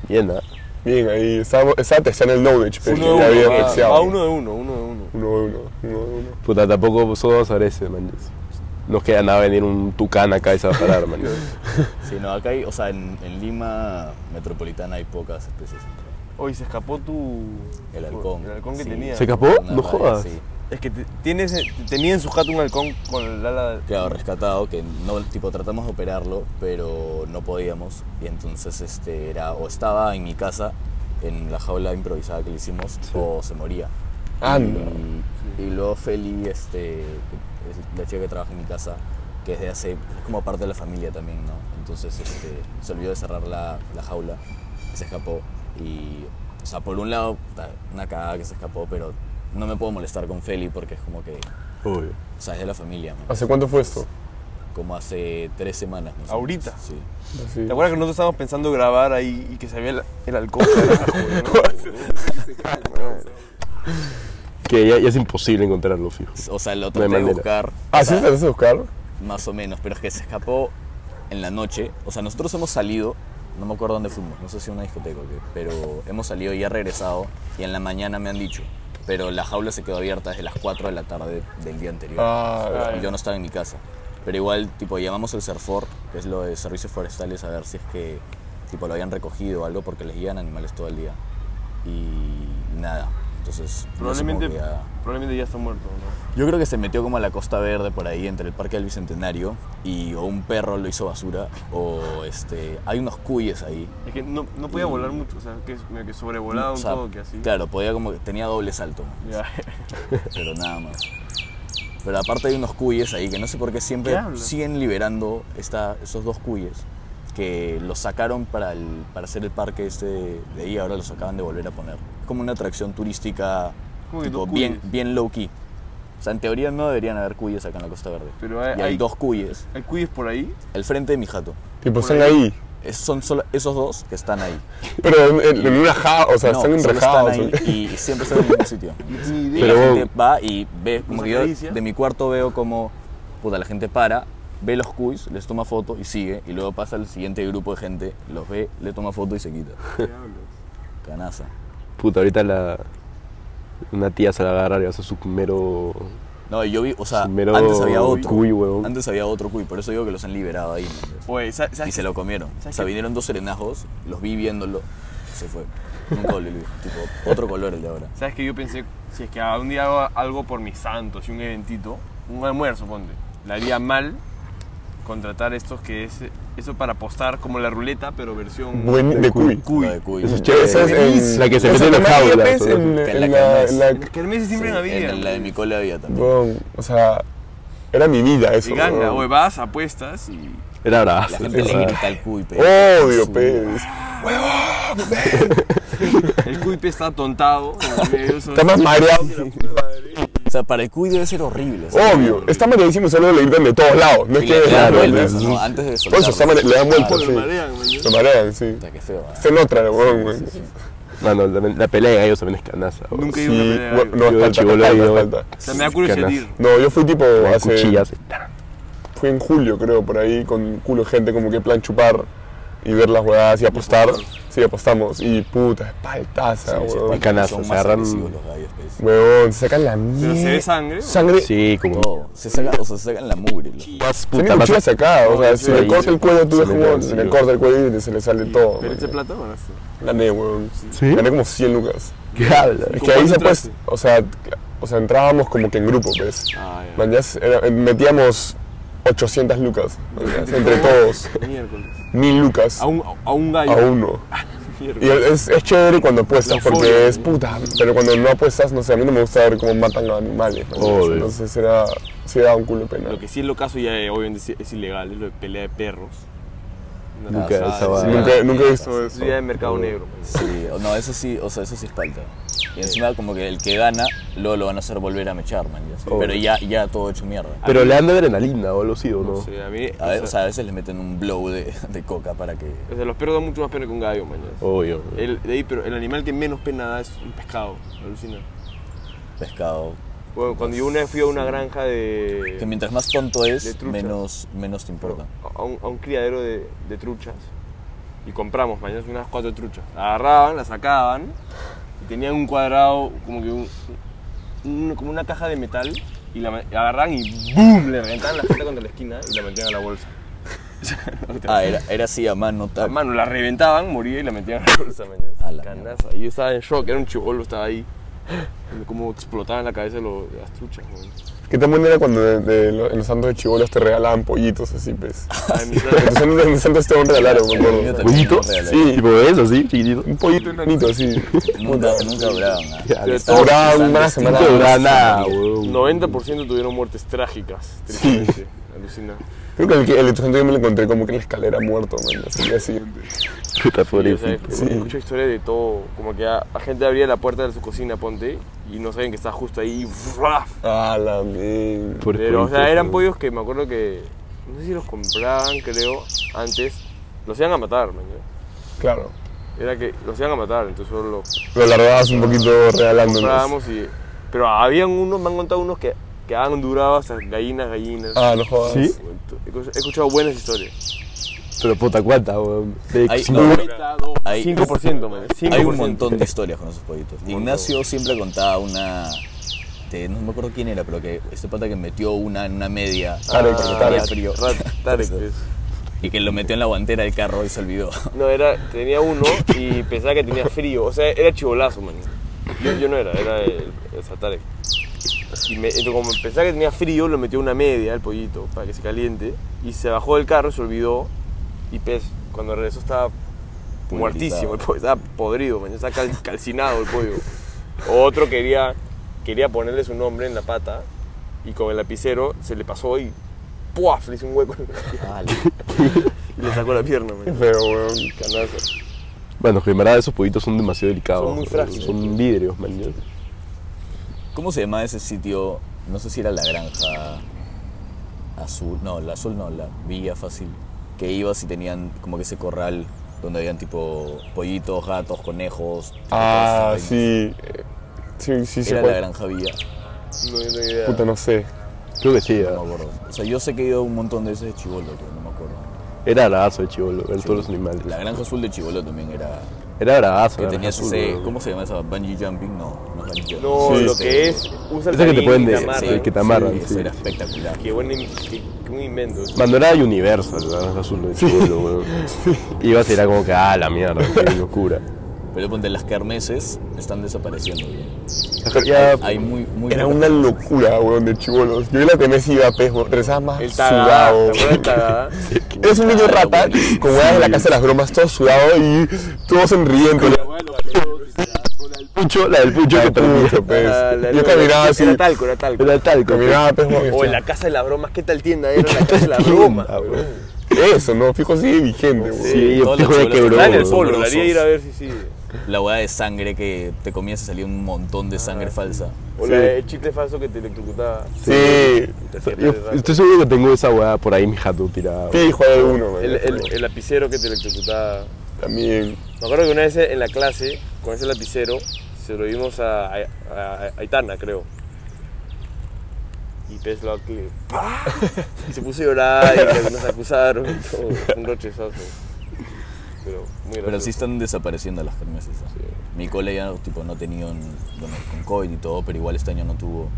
S3: Bien, ¿ah?
S2: Bien, ahí estaba, estaba testeando el knowledge, pero
S1: Uno
S2: ya
S1: de
S2: había
S1: uno, va,
S2: terciado.
S1: va uno de uno, uno de uno.
S2: Uno de uno, uno de uno.
S3: Puta, tampoco solo sobre ese, man. Nos queda nada venir un tucán acá y se va a parar, man.
S4: Sí, no, acá hay, o sea, en, en Lima metropolitana hay pocas especies.
S1: Hoy se escapó tu...
S4: El halcón.
S1: El halcón que
S4: sí.
S1: tenía.
S3: ¿Se escapó?
S4: Una
S3: No
S4: raya,
S3: jodas.
S4: sí.
S1: Es que te- tienes, tenía en su jato un halcón con el ala...
S4: Claro, rescatado, que no, tipo, tratamos de operarlo, pero no podíamos. Y entonces, este, era, o estaba en mi casa, en la jaula improvisada que le hicimos, o se moría.
S2: Anda.
S4: Y, y luego Feli, este, que es la chica que trabaja en mi casa, que desde hace, es como parte de la familia también, ¿no? Entonces este, se olvidó de cerrar la, la jaula, se escapó. Y, o sea, por un lado, puta, una cagada que se escapó, pero no me puedo molestar con Feli porque es como que, o
S3: Obvio.
S4: sea, es de la familia, man.
S2: ¿Hace cuánto fue esto?
S4: como hace tres semanas. más o menos.
S1: ¿Ahorita?
S4: Sí.
S2: Así.
S1: ¿Te acuerdas que nosotros estábamos pensando grabar ahí y que se había el, el halcón?
S3: Que ya, ya es imposible encontrarlo, fijo.
S4: O sea, lo
S3: No hay
S4: traté de
S3: manera.
S4: buscar.
S2: Ah, sí, trataste de buscar.
S4: Más o menos, pero es que se escapó en la noche. O sea, nosotros hemos salido, no me acuerdo dónde fuimos, no sé si a una discoteca o qué, pero hemos salido y ha regresado y en la mañana me han dicho. Pero la jaula se quedó abierta desde las 4 de la tarde del día anterior.
S2: Ah,
S4: Y yo no estaba en mi casa. Pero igual, tipo, llamamos al CERFOR, que es lo de servicios forestales, a ver si es que, tipo, lo habían recogido o algo, porque les guían animales todo el día. Y nada. Entonces, yo supongo
S1: probablemente,
S4: que ya-
S1: probablemente ya está muerto, ¿no?
S4: yo creo que se metió como a la Costa Verde por ahí, entre el Parque del Bicentenario, y o un perro lo hizo basura, o este, hay unos cuyes ahí.
S1: Es que no, no podía volar mucho, o sea, que, medio que sobrevolaba
S4: O
S1: un
S4: sea,
S1: toque así.
S4: Mm. Claro, podía como que tenía doble salto, ¿no?
S1: Ya.
S4: pero nada más. Pero aparte hay unos cuyes ahí que no sé por qué siempre
S1: ¿Qué hablas?
S4: siguen liberando esta, esos dos cuyes que los sacaron para, el- para hacer el parque este de ahí, ahora los acaban de volver a poner. Es como una atracción turística
S1: ¿Cómo que
S4: tipo,
S1: dos
S4: bien,
S1: cuyes?
S4: bien low key. O sea, en teoría no deberían haber cuyes acá en la Costa Verde.
S1: Pero hay-
S4: y hay,
S1: hay-
S4: dos cuyes.
S1: ¿Hay cuyes por ahí?
S4: El frente de mi jato.
S2: tipo, están ahí.
S4: Es- son solo esos dos que están ahí.
S2: Pero en, en- en una ja, o sea,
S4: No,
S2: están
S4: solo están
S2: enrejados.
S4: ahí y siempre están en el mismo sitio.
S1: Ni
S4: Y
S1: idea.
S4: la
S3: Pero vos-
S4: gente va y ve, como
S1: ¿Nos
S4: que yo
S1: acaricia?
S4: de mi cuarto veo como, puta, la gente para, ve los cuis, les toma foto y sigue, y luego pasa al siguiente grupo de gente, los ve, le toma foto y se quita. Canaza.
S3: Puta, ahorita la. Una tía se la va a agarrar y va a hacer su mero.
S4: No, y yo vi, o sea,
S3: su mero
S4: antes había otro.
S3: Cuy, huevón.
S4: Antes había otro cuy, por eso digo que los han liberado ahí. ¿no?
S1: Oye, ¿sa- ¿sabes,
S4: Y se lo comieron. O
S1: ¿Sabes
S4: sea,
S1: qué?
S4: vinieron dos serenajos, los vi viéndolo, se fue. Nunca volví, tipo, otro color el de ahora.
S1: ¿Sabes que yo pensé? Si es que algún día hago algo por mis santos y un eventito, un almuerzo, ponte. La haría mal contratar estos que es eso para apostar como la ruleta, pero versión
S2: Buen, de cuy.
S1: cuy.
S4: Lo de cuy.
S3: Eso es chévere.
S2: Esa es en-
S3: la que se
S2: esa
S3: mete en la
S2: también había,
S3: jaula.
S2: pues,
S3: todo
S2: en,
S3: eso.
S4: En la
S2: en la, en la-
S1: En Kermés
S4: Sí,
S1: siempre había.
S4: en la de mi cola había también.
S2: weón, o sea, era mi vida eso.
S1: Y ganga,
S2: weón.
S1: oye, vas, apuestas y
S3: Era brava.
S4: La gente le grita al cuy, pero.
S2: Obvio, pues.
S4: su-
S2: pe.
S1: el cuipe está tontado.
S2: Está más mareado. que la puta madre.
S4: O sea, para el cuy debe ser horrible. o sea,
S2: Obvio, está mareadísimo, solo le gritan de todos lados. No es
S4: Y
S2: que.
S4: le, le dan
S2: no,
S4: vueltas,
S2: no,
S4: ¿no? Antes de
S2: Por eso está mare- le dan Ah, vueltas,
S1: Lo
S2: sí.
S1: marean, man, ¿no?
S2: Lo marean, sí.
S4: Puta, qué feo. ¿eh?
S2: Está en otra, weón, weón.
S3: Mano, la, la pelea de gallos también es canaza. huevón.
S1: Nunca he
S2: Sí,
S1: ido a una pelea de gallos.
S2: weón, no, es
S3: Yo de
S2: falta,
S3: chibolo
S2: falta,
S3: ahí, weón.
S2: falta.
S1: O sea, me da curiosidad
S3: Canas.
S1: ir.
S2: No, yo fui tipo
S3: Con
S2: hace.
S3: cuchillas. ta.
S2: Fui en julio, creo, por ahí, con culo de gente, como que plan chupar y ver las jugadas y apostar. Sí, apostamos. Y puta, espaltaza,
S4: Sí, sí,
S2: weón.
S4: porque
S3: Canazas,
S4: son
S3: se
S4: más
S3: agarran-
S4: agresivos los gallos, pues.
S2: Weón, se sacan la mierda.
S1: Pero se ve sangre.
S2: Sangre.
S3: Sí, como.
S4: Todo. Se sacan, o sea, se sacan la mugre. loco.
S3: Más
S2: Puta,
S3: puta,
S2: la
S3: más.
S2: cuchilla sacada, o sea, si
S3: sí,
S2: le corta el cuello, tú
S3: se
S2: ves
S3: le
S2: como
S3: cae,
S2: se
S3: sí.
S2: le corta el cuello y se le sale todo.
S1: ¿Pero este
S2: man.
S1: plata o ganaste?
S2: Gané, weón.
S3: ¿Sí?
S2: Gané como 100 lucas.
S3: ¿Qué hablas?
S1: ¿Con
S2: Es que ahí
S1: cuánto
S2: se pues,
S1: entraste?
S2: o sea, cl- o sea, entrábamos como que en grupo, ¿ves?
S1: Ah, ya.
S2: Man, ya se- era- metíamos 800 lucas, man, ya, entre todos.
S1: Miércoles.
S2: 1000 lucas
S1: A un, a un gallo.
S2: a uno. Y
S1: Miércoles.
S2: es, es chévere cuando apuestas,
S1: La
S2: porque
S1: fobia,
S2: es puta. Pero cuando no apuestas, no sé, a mí no me gusta ver cómo matan a animales. man, ya.
S3: Obvio.
S2: Entonces era, sí era un culo de pena.
S1: Lo que sí es lo caso ya eh, obviamente es, es ilegal, es lo de pelea de perros. Una
S3: Nunca,
S1: pasada,
S3: esa
S1: sí,
S3: va-
S2: Nunca, nunca he visto
S1: Es
S2: eso.
S1: día de mercado negro. pues. man.
S4: Sí, o- no, eso sí, o sea, eso sí es palta. Y encima como que el que gana, luego lo van a hacer volver a mechar, man. ya sé.
S3: Oh.
S4: Pero ya, ya todo hecho mierda.
S3: Pero le dan adrenalina o lo sí o no.
S1: Sí, a mí.
S4: A, ve- o
S1: o
S4: sea, a veces les meten un blow de, de coca para que...
S1: o sea, los perros dan mucho más pena que un gallo, mañana.
S2: Oh.
S3: Obvio.
S1: El, de ahí, pero el animal que menos pena da es un pescado, alucina.
S4: pescado.
S1: Bueno, cuando yo una vez fui a una granja de.
S4: Que mientras más tonto
S1: De
S4: es,
S1: trucha.
S4: menos, menos te importa.
S1: a un, a un criadero de, de truchas y compramos mañana unas cuatro truchas. La agarraban, las sacaban y tenían un cuadrado como que un- un- como una caja de metal y la ma- agarraban y ¡boom! Le reventaban la gente contra la esquina y la metían a la bolsa.
S4: Ah, era, era así a mano, tac.
S1: Mano, la reventaban, moría y la metían a la bolsa, mañana.
S4: A la
S1: Canaza. Y yo estaba en shock, era un chivolo, estaba ahí. viendo Cómo explotaban la cabeza lo- las truchas, weón.
S2: ¿Qué tan bueno era cuando de- de lo- en los santos de chibolos te regalaban pollitos así, pues?
S1: Ay, mi-
S2: En los santos, en este los santos te van a regalar, me
S4: El mío
S2: acuerdo.
S4: también
S3: ¿Pollito?
S4: me regaló.
S3: Sí, tipo eso, sí, chiquitito.
S2: Un pollito enanito así.
S4: Nunca, nunca duraban. ah.
S3: Ya,
S4: Estaban-
S2: todo duraban
S4: estaban
S2: una
S4: distintos.
S2: semana.
S3: No te dura nada, weón.
S1: 90% tuvieron muertes trágicas, tristemente. Alucina.
S2: Creo que el, que- el de tu santo yo me lo encontré como que en la escalera muerto, man, así, día siguiente.
S3: Puta,
S1: Sí, o sea,
S3: pobrecito.
S1: escu- Escucho historias de todo, como que a, la gente abría la puerta de su cocina, ponte, y no saben que está justo ahí. y ¡fra!
S2: Ah, la mierda.
S3: Pobre
S1: Pero, o sea,
S3: pollito,
S1: eran
S3: weón.
S1: pollos que me acuerdo que, no sé si los compraban, creo, antes, los iban a matar, man, ¿ya?
S2: Claro.
S1: Era que los iban a matar, entonces solo los
S2: Lo largabas un poquito regalándonos.
S1: comprábamos y... Pero habían unos, me han contado unos que, que han durado hasta gallinas, gallinas.
S2: Ah, no jodas.
S3: ¿Sí?
S1: He escuch- he escuchado buenas historias.
S3: Pero puta, ¿cuánta, weón? De
S4: Hay-
S3: cinco-
S4: no, hay-
S1: 5%, man. 5%.
S4: Hay un montón de historias con esos pollitos. Ignacio siempre contaba una. de- no me acuerdo quién era, pero que este pata que metió una en una media.
S1: Ah,
S4: Ah,
S2: Tarek,
S4: porque
S2: Tarek.
S4: tenía frío.
S1: Rat- Tarek,
S4: Entonces,
S1: es.
S4: y que lo metió en la guantera del carro y se olvidó.
S1: No, era, tenía uno y pensaba que tenía frío. O sea, era chivolazo, man. Yo, yo no era, era el, el Satarek. Y me- entonces, como pensaba que tenía frío, lo metió una media al pollito para que se caliente. Y se bajó del carro, se olvidó. Y pues, cuando regresó estaba muertísimo, el pollo, estaba podrido, man. Estaba cal- calcinado el pollo. Otro quería, quería ponerle su nombre en la pata y con el lapicero se le pasó y ¡puaf! Le hizo un hueco en la pierna,
S4: Vale.
S1: y le sacó la pierna,
S2: Qué
S1: man.
S2: feo, weón.
S1: Canazo.
S3: Bueno, que en verdad esos pollitos son demasiado delicados.
S1: Son muy
S3: weón.
S1: frágiles.
S3: Son vidrios, man. yo.
S4: ¿Cómo se llamaba ese sitio? No sé si era la granja azul. No, la azul no, la villa fácil. Que ibas y tenían como que ese corral donde habían tipo pollitos, gatos, conejos. tipo
S2: Ah,
S4: todas esas vainas.
S2: sí. Eh, Sí, sí, sí.
S4: Era la
S2: cuál-
S4: granja villa.
S1: No tengo idea.
S2: Puta, no sé.
S3: Creo que sí, ah.
S4: No me acuerdo. O sea, yo sé que he ido a un montón de veces de chivolo, pero no me acuerdo.
S3: Era bravazo de chivolo, ver todos los animales.
S4: La granja azul de chivolo también era.
S3: Era bravazo.
S4: Que
S3: la
S4: tenías
S3: granja
S4: ese.
S3: azul,
S4: ¿Cómo se llama esa? Bungee jumping? No, no es bungee jumping.
S1: No,
S2: Sí,
S1: lo
S2: sí.
S1: que es un
S3: Ese que te
S1: saltarín
S3: pueden de-
S1: te amarran.
S3: sí, que te amarran,
S4: eso
S3: sí.
S4: era espectacular.
S1: Qué buen in- qué- qué un invento.
S3: weón. Cuando era Universal, la granja azul de chivolo, weón. Ibas y era como que, ah, la mierda, qué locura.
S4: Pero ponte las kermeses están desapareciendo. güey.
S3: Ya,
S4: Hay muy, muy.
S2: Era una locura, weón, de chibolos. Yo en la tenés iba a pez, weón. Regresaba más
S1: El tagada,
S2: sudado.
S1: ¿te acuerdas del tagada?
S2: Eres un niño rata con weas de la casa de las bromas, todo sudado y todo sonriendo.
S3: pucho, la del pucho
S2: Yo
S3: que pues. perdía.
S2: mucho, pez.
S1: La- la-
S2: Yo
S1: la-
S2: caminaba así.
S1: Era talco, era talco.
S3: Era tal, pues, como
S2: Caminaba pez, weón. y
S1: O en la
S2: decía,
S1: casa de las bromas, ¿qué tal tienda era la casa de las bromas?
S3: Ah, weón.
S2: Eso, no, fijo, sigue vigente, weón.
S3: Sí,
S4: todos los
S3: fijo de
S4: chibolos
S3: quebró.
S1: Está en el
S3: weón.
S1: polo, la haría
S4: grosos.
S1: ir a ver si sigue.
S4: La hueá de sangre que te comías y salía un montón de sangre falsa.
S1: O la de chicle falso que te electrocutaba.
S2: Sí,
S3: Yo estoy seguro que tengo esa weá por ahí, mi jato tirada. weón.
S2: fijo, hay alguno, weón.
S1: El, el- el lapicero que te electrocutaba.
S2: También.
S1: Me acuerdo que una vez en la clase, con ese lapicero, se lo dimos a, a- a Aitana, creo. Y Pez lo que. ¡pah! Y se puso a llorar y nos acusaron y todo. Un rochezazo. Pero muy gracioso.
S4: Pero sí están desapareciendo las kermeses. ¿no? Mi cole ya tipo, no tenía un- bueno, con COVID y todo, pero igual este año no tuvo.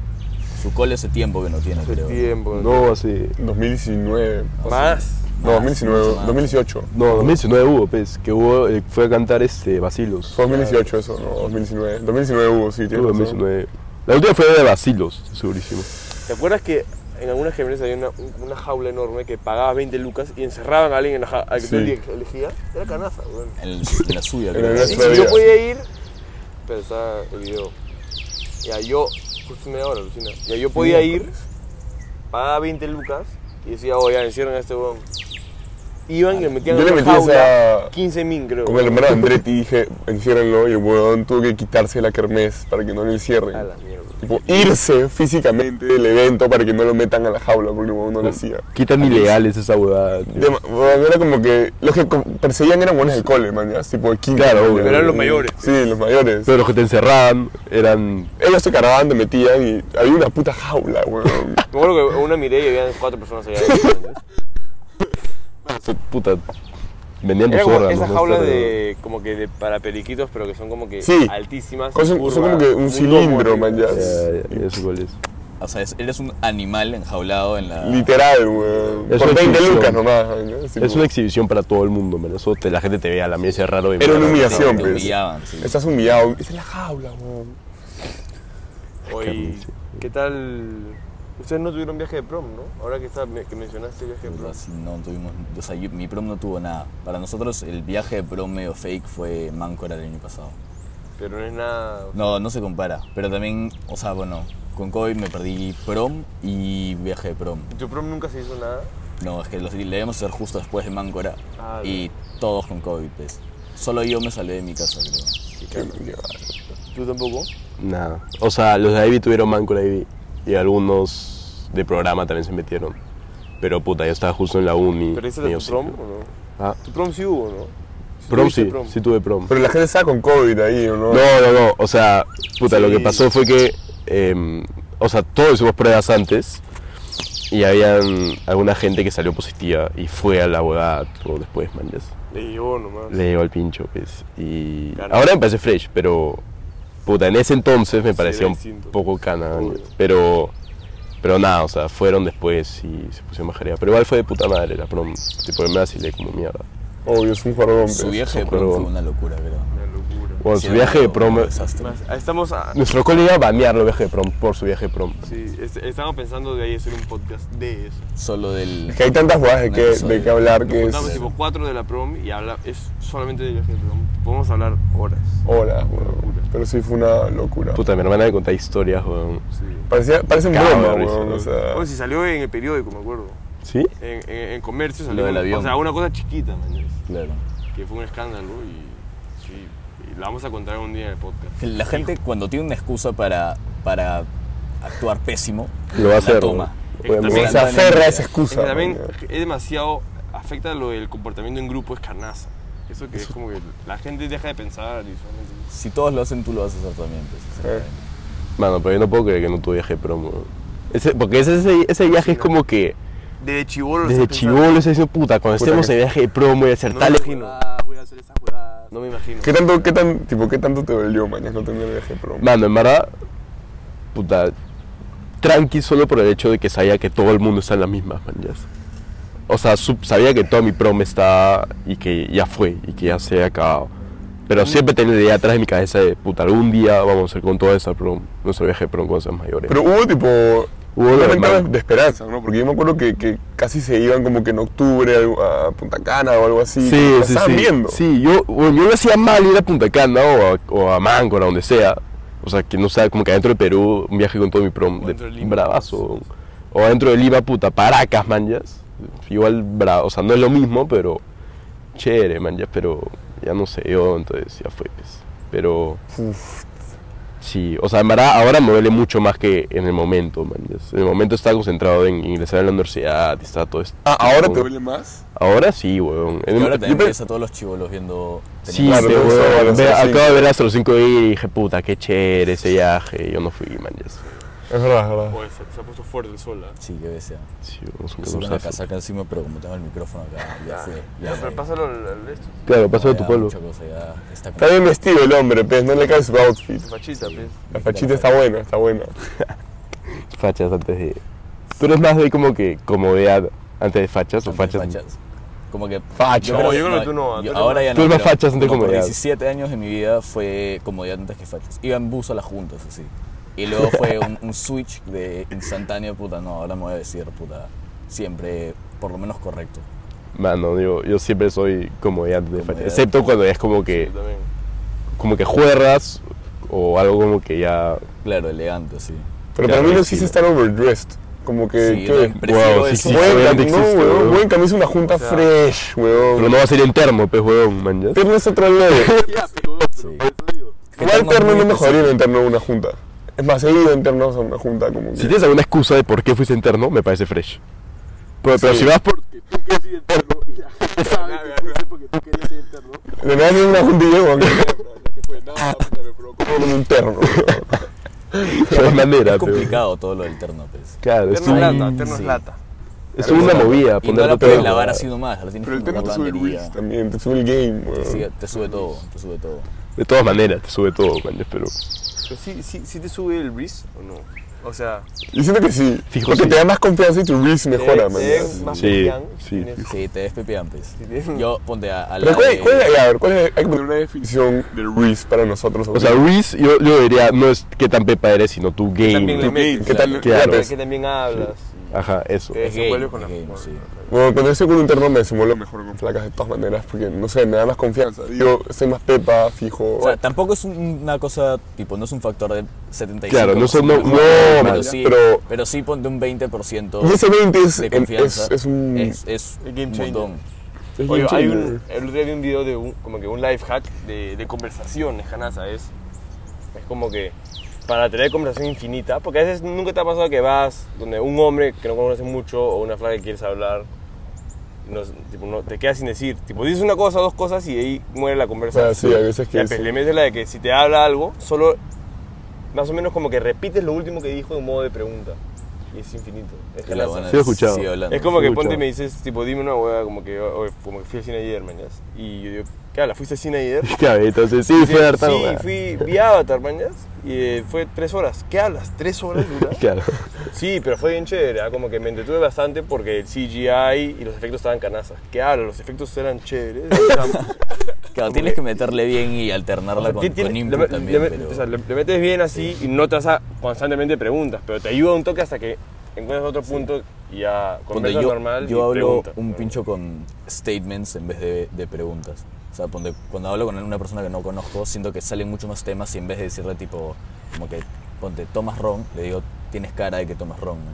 S4: Su cole hace tiempo que no tiene, creo.
S1: Tiempo.
S3: No, así.
S2: 2019.
S1: Más.
S2: No, 2019, 2018.
S3: No, 2019 hubo, pues, que hubo, eh, fue a cantar este Basilos.
S2: Fue 2018 eso, no, 2019. 2019 hubo, sí, tienes
S3: Hubo
S2: razón.
S3: 2019. La última fue de Basilos, estoy segurísimo.
S1: ¿Te acuerdas que en algunas gemelas había una, un- una jaula enorme que pagaba 20 lucas y encerraban a alguien en la jaula? Al que tú
S2: Sí.
S1: eleg- elegías. Era canaza, weón.
S4: En, el- en la suya,
S2: En
S4: creo.
S2: el
S4: que
S2: nuestro
S4: sí.
S1: Si yo
S2: Todavía.
S1: podía ir, pero estaba el video. Ya yo, justo media hora, Lucina. Ya yo podía ir, pagaba 20 lucas y decía, oh, ya encierran a este weón. iban y le metían
S2: Yo
S1: en
S2: le
S1: una
S2: metí
S1: jaula
S2: esa-
S1: 15 min, creo.
S2: Con el hermano de Andretti dije, enciérrenlo y el huevón tuvo que quitarse la kermés para que no lo encierren.
S1: A la mierda.
S2: Tipo, irse físicamente del evento para que no lo metan a la jaula porque el huevón
S1: Uh.
S2: no lo hacía.
S3: Quitan ilegales esa huevada. tío.
S2: Dema- huevón, Era como que los que co- perseguían eran buenos del cole, man, ya, tipo de quinto.
S3: Claro,
S2: man,
S3: obvio.
S2: ya.
S1: Pero eran los mayores.
S2: Sí, los mayores.
S3: Pero los que te encerraban eran.
S2: Ellos se cargaban, te metían y había una puta jaula, weón.
S1: Me acuerdo que una miré y había cuatro personas allá. adentro, ¿no?
S3: Puta. Vendían tus
S1: Era como
S3: órganos.
S1: esas
S3: ¿no?
S1: jaulas
S3: Pero-
S1: de, como que de, para periquitos, pero que son como que
S2: Sí.
S1: altísimas. y
S2: Son- son
S1: curvas,
S2: como que un
S1: muy
S2: cilindro,
S1: cómodas.
S2: man, ya.
S3: Ya, ya, ya sé cuál es.
S4: O sea, es- eres un animal enjaulado en la...
S2: Literal, weón.
S3: Es
S2: Por
S3: una
S2: 20
S3: exhibición.
S2: lucas nomás. man, ya, tipo,
S3: Es una exhibición para todo el mundo, man. Eso te- la gente te ve a la mesa es raro. y
S2: Era una
S3: mierda.
S4: Te-
S2: humillación,
S4: te
S2: pues.
S4: humillaban, sí.
S2: Estás humillado. Esa es la jaula, weón.
S1: Oye, ¿qué tal? Ustedes no tuvieron viaje de prom, ¿no? Ahora que, está- que mencionaste el viaje de
S4: Puta,
S1: prom.
S4: sí, no tuvimos, o sea, yo- mi prom no tuvo nada. Para nosotros el viaje de prom medio fake fue Máncora el año pasado.
S1: Pero no es nada.
S4: No, no se compara. Pero también, o sea, bueno, con COVID me perdí prom y viaje de prom.
S1: ¿Tu prom nunca se hizo nada?
S4: No, es que los, le debemos hacer justo después de Máncora
S1: Ah,
S4: y todos con COVID, pues. Solo yo me salí de mi casa, creo.
S1: ¿Tú tampoco?
S3: Nada. O sea, los de Ivy tuvieron Máncora Ivy y algunos de programa también se metieron. Pero puta, yo estaba justo en la uni.
S1: ¿Pero hiciste
S3: medio
S1: tu prom
S3: ciclo.
S1: o no?
S3: Ah,
S1: ¿Tu prom sí hubo, no? ¿Sí
S3: prom
S1: tuviste
S3: sí, sí tuve prom.
S2: Pero la gente estaba con COVID ahí, ¿o no?
S3: No, no, no. O sea, puta, lo
S1: Sí.
S3: que pasó fue que. eh, o sea, todos hicimos pruebas antes y habían alguna gente que salió positiva y fue a la abogada después, man. ya sé.
S1: Le llegó nomás.
S3: Le llegó al pincho, pues. Y
S1: Claro.
S3: ahora me parece fresh, pero. Puta, en ese entonces me parecía
S1: era
S3: un
S1: distinto.
S3: poco cana. ¿no?
S1: Obvio.
S3: Pero. Pero nada, o sea, fueron después y se pusieron más jarea. Pero igual fue de puta madre la prom. Tipo, me vacilé como mierda.
S2: Obvio, es un jorobón.
S4: Su
S2: pues.
S4: viaje de
S3: un
S4: prom
S3: juego.
S4: fue una locura, creo.
S1: Una locura.
S3: Bueno,
S4: Sí,
S3: Pues su viaje de
S4: algo-
S3: prom.
S4: un desastre.
S1: Más, ah, estamos a-
S3: Nuestro cole iba a banear los viajes de prom por su viaje de prom.
S1: Sí, es- estamos pensando de ahí hacer un podcast de eso.
S4: Solo del...
S2: Es que hay tantas huevas de, que, de que hablar que
S1: Nos
S2: es
S1: juntamos tipo 4 de la prom y habla, es solamente de viaje de prom. Podemos hablar horas.
S2: horas, weón. Pero sí fue una locura.
S3: Puta, mi hermana me contaba historias, weón.
S1: Sí.
S2: Parecía, parecen
S3: Cago de
S2: bromas,
S3: risa,
S2: weón.
S3: ¿no?
S2: O sea,
S1: Bueno, si salió en el periódico, me acuerdo.
S3: ¿Sí?
S1: En, en- en comercio salió.
S4: Lo del
S1: una-
S4: avión.
S1: O sea, una cosa chiquita, man, es-
S4: Claro.
S1: que fue un escándalo y, sí, y la vamos a contar un día en el podcast.
S4: La gente cuando tiene una excusa para, para actuar pésimo,
S3: Lo va a
S4: la
S3: hacer.
S4: toma.
S1: Es que
S3: weón.
S1: también-
S2: como se aferra a esa excusa.
S1: Es que también
S2: man,
S1: es demasiado, afecta lo del comportamiento en grupo, es carnaza. Eso que es como que la gente deja de pensar y solamente...
S4: Si todos lo hacen, tú lo vas a hacer también. pues, o sea,
S2: Eh.
S3: Mano, pero yo no puedo creer que no tuve viaje de prom, weón. Ese- porque ese, ese, ese viaje es como que.
S1: Desde chivolo.
S3: Desde chivolo estoy diciendo, puta, cuando
S2: Puta
S3: estemos
S2: que-
S3: en viaje de promo voy a hacer
S1: No me
S3: tal.
S1: imagino.
S5: voy a hacer esta jugada.
S1: No me imagino.
S2: ¿Qué tanto, qué tan, tipo, qué tanto te dolió, mañana no tener viaje pro?
S3: Mano, en verdad, puta, tranqui solo por el hecho de que sabía que todo el mundo está en las mismas, man, ya sé. O sea, sup- sabía que toda mi prom está y que ya fue y que ya se ha acabado. Pero siempre tenía la idea atrás de mi cabeza de, puta, algún día vamos a hacer con toda esa prom, nuestro viaje de prom cuando seamos mayores.
S2: Pero hubo tipo.
S3: Hubo
S2: una
S3: lo
S2: ventana
S3: normal.
S2: de esperanza, ¿no? Porque yo me acuerdo que, que casi se iban como que en octubre algo- a Punta Cana o algo así.
S3: Sí,
S2: la
S3: sí,
S2: estaban
S3: sí.
S2: viendo.
S3: Sí, yo, bueno, yo lo hacía mal ir a Punta Cana o a, o a Máncora, donde sea. O sea, que no sea como que adentro de Perú, un viaje con todo mi prom, de
S1: adentro de Lima.
S3: bravazo. O adentro de Lima, puta, Paracas, manjas. Igual, bra- o sea, no es lo mismo, pero chévere, manjas, pero ya no sé yo, entonces ya fue, pues. Pero sí, o sea, en verdad ahora me duele mucho más que en el momento, manjas. En el momento estaba concentrado en ingresar a la universidad y estaba todo esto.
S2: Ah, ahora te duele más.
S3: Ahora sí, weón. En
S4: Y
S3: el-
S4: ahora
S3: yo
S4: también
S3: pe-
S4: ves a todos los chivolos viendo.
S3: Sí,
S4: teniendo-
S2: Claro,
S3: pero,
S2: no
S3: weón,
S2: estaba a las
S3: ve-
S2: cinco.
S3: acabo de ver hasta los 5 y dije, puta, qué chévere ese viaje. Yo no fui, man. Ya sé.
S2: Es verdad, es verdad.
S1: Oye, se, se ha puesto fuerte el sol, ¿ah?
S4: Sí, que bestia.
S3: Sí, vamos a un
S4: Yo soy una
S3: catorzazo.
S4: casaca encima, pero como tengo el micrófono acá, ya fue. Ya,
S1: Pero pásalo al, al esto,
S3: Claro, paso de
S4: ya,
S3: tu polvo.
S4: mucha cosa, ya está
S2: Está bien vestido el hombre, pues, no le cae su outfit.
S1: tu fachita, pues.
S2: La fachita está buena, está buena.
S3: Fachas antes de. Tú eres más de como que comodidad antes de fachas o fachas.
S4: Como que.
S2: Facha.
S1: No, yo creo que tú no, tú
S4: yo-
S1: eres
S4: ahora
S1: más-
S4: ya no.
S3: tú eres más
S4: pero
S3: fachas antes de
S4: como por
S3: comodidad.
S4: 17 años de mi vida fue comodidad antes que fachas. Iba en bus a las juntas, así. Y luego fue un, un switch de instantáneo, puta, no, ahora me voy a decir, puta, siempre, por lo menos correcto.
S3: Mano, yo, yo siempre soy comodidad antes de fachas.
S4: Comodidad.
S3: Excepto cuando es como que,
S1: Yo también.
S3: como que juerras o algo como que ya.
S4: Claro, elegante, sí.
S2: Pero
S3: Claro,
S2: para mí no
S3: sí.
S2: existe estar overdressed. Como que.
S4: Sí,
S2: ¿qué?
S4: no, impresivo
S3: Wow, sí,
S4: eso.
S3: sí.
S2: Buen,
S3: obviamente
S2: cam- no,
S3: existe,
S2: weón,
S3: weón.
S2: buen camisa, una junta fresh, weón.
S3: Pero no va a ser en termo, pues, huevón, man. ya.
S2: Terno es otro leve.
S1: Ya, pero,
S4: Sí.
S1: pero, por eso digo.
S4: Que
S2: Igual
S4: terno
S2: terno
S4: muy
S2: no mejoraría en
S4: específico.
S2: interno una junta. Es más, he ido en terno a una junta como que.
S3: Si tienes alguna excusa de por qué fuiste en terno, me parece fresh. Pero, pero
S2: Sí.
S3: si vas por.
S1: que tú quieres ir interno y la gente sabe que fuiste porque tú querías ir interno.
S2: De verdad, ni una junta y yo, weón.
S5: La que fue, nada, puta, me provocó.
S2: Con un terno.
S3: No hay manera,
S4: Es
S3: pero.
S4: complicado todo lo del terno, pues.
S3: Claro, es,
S1: Terno es
S3: un-
S1: lata, terno es
S4: sí.
S1: lata.
S3: es una movida.
S4: Y no la
S3: ponerte
S4: puedes
S3: terno.
S4: lavar así nomás, la tienes
S2: Pero el
S4: que
S2: terno te
S4: lavar
S2: sube el
S4: lavandería.
S2: Luis también, te sube el game, weón.
S4: Sí, te sube todo, te sube todo.
S3: De todas maneras, te sube todo, man. ya, Pero.
S1: Pero sí, sí, sí te sube el breeze o no. O sea,
S2: Yo siento que sí.
S3: Fijo,
S2: porque
S3: sí.
S2: te da más confianza y tu risk mejora, man.
S1: te ven más
S3: Sí,
S1: confian,
S3: sí,
S1: tienes-
S4: Sí, te despepean, pues.
S1: tienes-
S4: Yo ponte a, a la.
S2: Pero ¿cuál,
S4: de-
S2: cuál es, ya, a ver, ¿cuál es, hay que poner una definición de risk para nosotros.
S3: O sea, Reese, yo, yo diría, no es qué tan pepa eres, sino tu
S1: también le
S3: game.
S1: metes.
S2: ¿qué tal?
S3: Claro.
S2: Ya, pues,
S1: que también hablas.
S3: Ajá, eso.
S1: Te
S4: Es gay,
S1: desenvuelves con
S4: es
S1: la
S4: gay,
S1: con-
S4: sí.
S2: Bueno, cuando yo estoy con un terno me desenvuelvo mejor con flacas de todas maneras, porque no sé, me da más confianza. Digo, soy más pepa, fijo.
S4: O sea, tampoco es un- una cosa, tipo, no es un factor del 75%.
S3: Claro, no son- no- no,
S4: pero,
S3: man,
S4: sí,
S2: pero-
S4: pero, sí ponte un 20%
S2: y ese 20 es,
S4: de
S2: en-
S4: confianza.
S2: es, es un.
S4: Es, es
S1: El game
S4: un
S1: changer.
S4: montón.
S2: es
S1: Oye,
S2: game
S1: hay
S2: changer.
S1: un, el otro día vi un video de un, como que un life hack de, de conversaciones, Janasa, es, es como que para tener conversación infinita, porque a veces nunca te ha pasado que vas donde un hombre que no conoces mucho o una flaca que quieres hablar, no, es- tipo, no- te quedas sin decir, tipo dices una cosa, dos cosas y ahí muere la conversación.
S2: Ah, sí, hay veces que
S1: Ya,
S2: es-
S1: pues, le metes la de que si te habla algo, solo más o menos como que repites lo último que dijo en modo de pregunta y es infinito. Es
S4: Que la
S1: Hanasa.
S4: buena
S3: Sí, he escuchado.
S4: sigue hablando.
S1: Es como que
S3: Mucho.
S1: ponte y me dices, tipo, dime una hueá, como que, o- como que fui al cine ayer, mañas. Y yo digo, ¿qué habla? ¿Fuiste al cine ayer?
S3: Claro, entonces sí, fue harta
S1: sí,
S3: hueá.
S1: fui, vi Avatar, mañas. Y eh, fue tres horas. ¿Qué hablas? ¿Tres horas dura?
S3: Claro.
S1: Sí, pero fue bien chévere, ¿ah? como que me entretuve bastante porque el CGI y los efectos estaban canasas. ¿Qué hablas? Los efectos eran chéveres. O sea,
S4: Claro, tienes que meterle bien y alternarla con,
S1: tienes-
S4: con
S1: le-
S4: input
S1: le-
S4: también.
S1: le-
S4: pero-
S1: o sea, le- le metes bien así y no te vas a constantemente preguntas, pero te ayuda un toque hasta que encuentras otro punto y ya
S4: Ponte,
S1: conversas
S4: yo,
S1: normal.
S4: yo
S1: y
S4: hablo
S1: preguntas,
S4: un
S1: ¿no?
S4: pincho con statements en vez de, de preguntas. O sea, ponte- cuando hablo con una persona que no conozco, siento que salen muchos más temas y en vez de decirle tipo, como que, ponte, tomas ron, le digo, tienes cara de que tomas ron. man".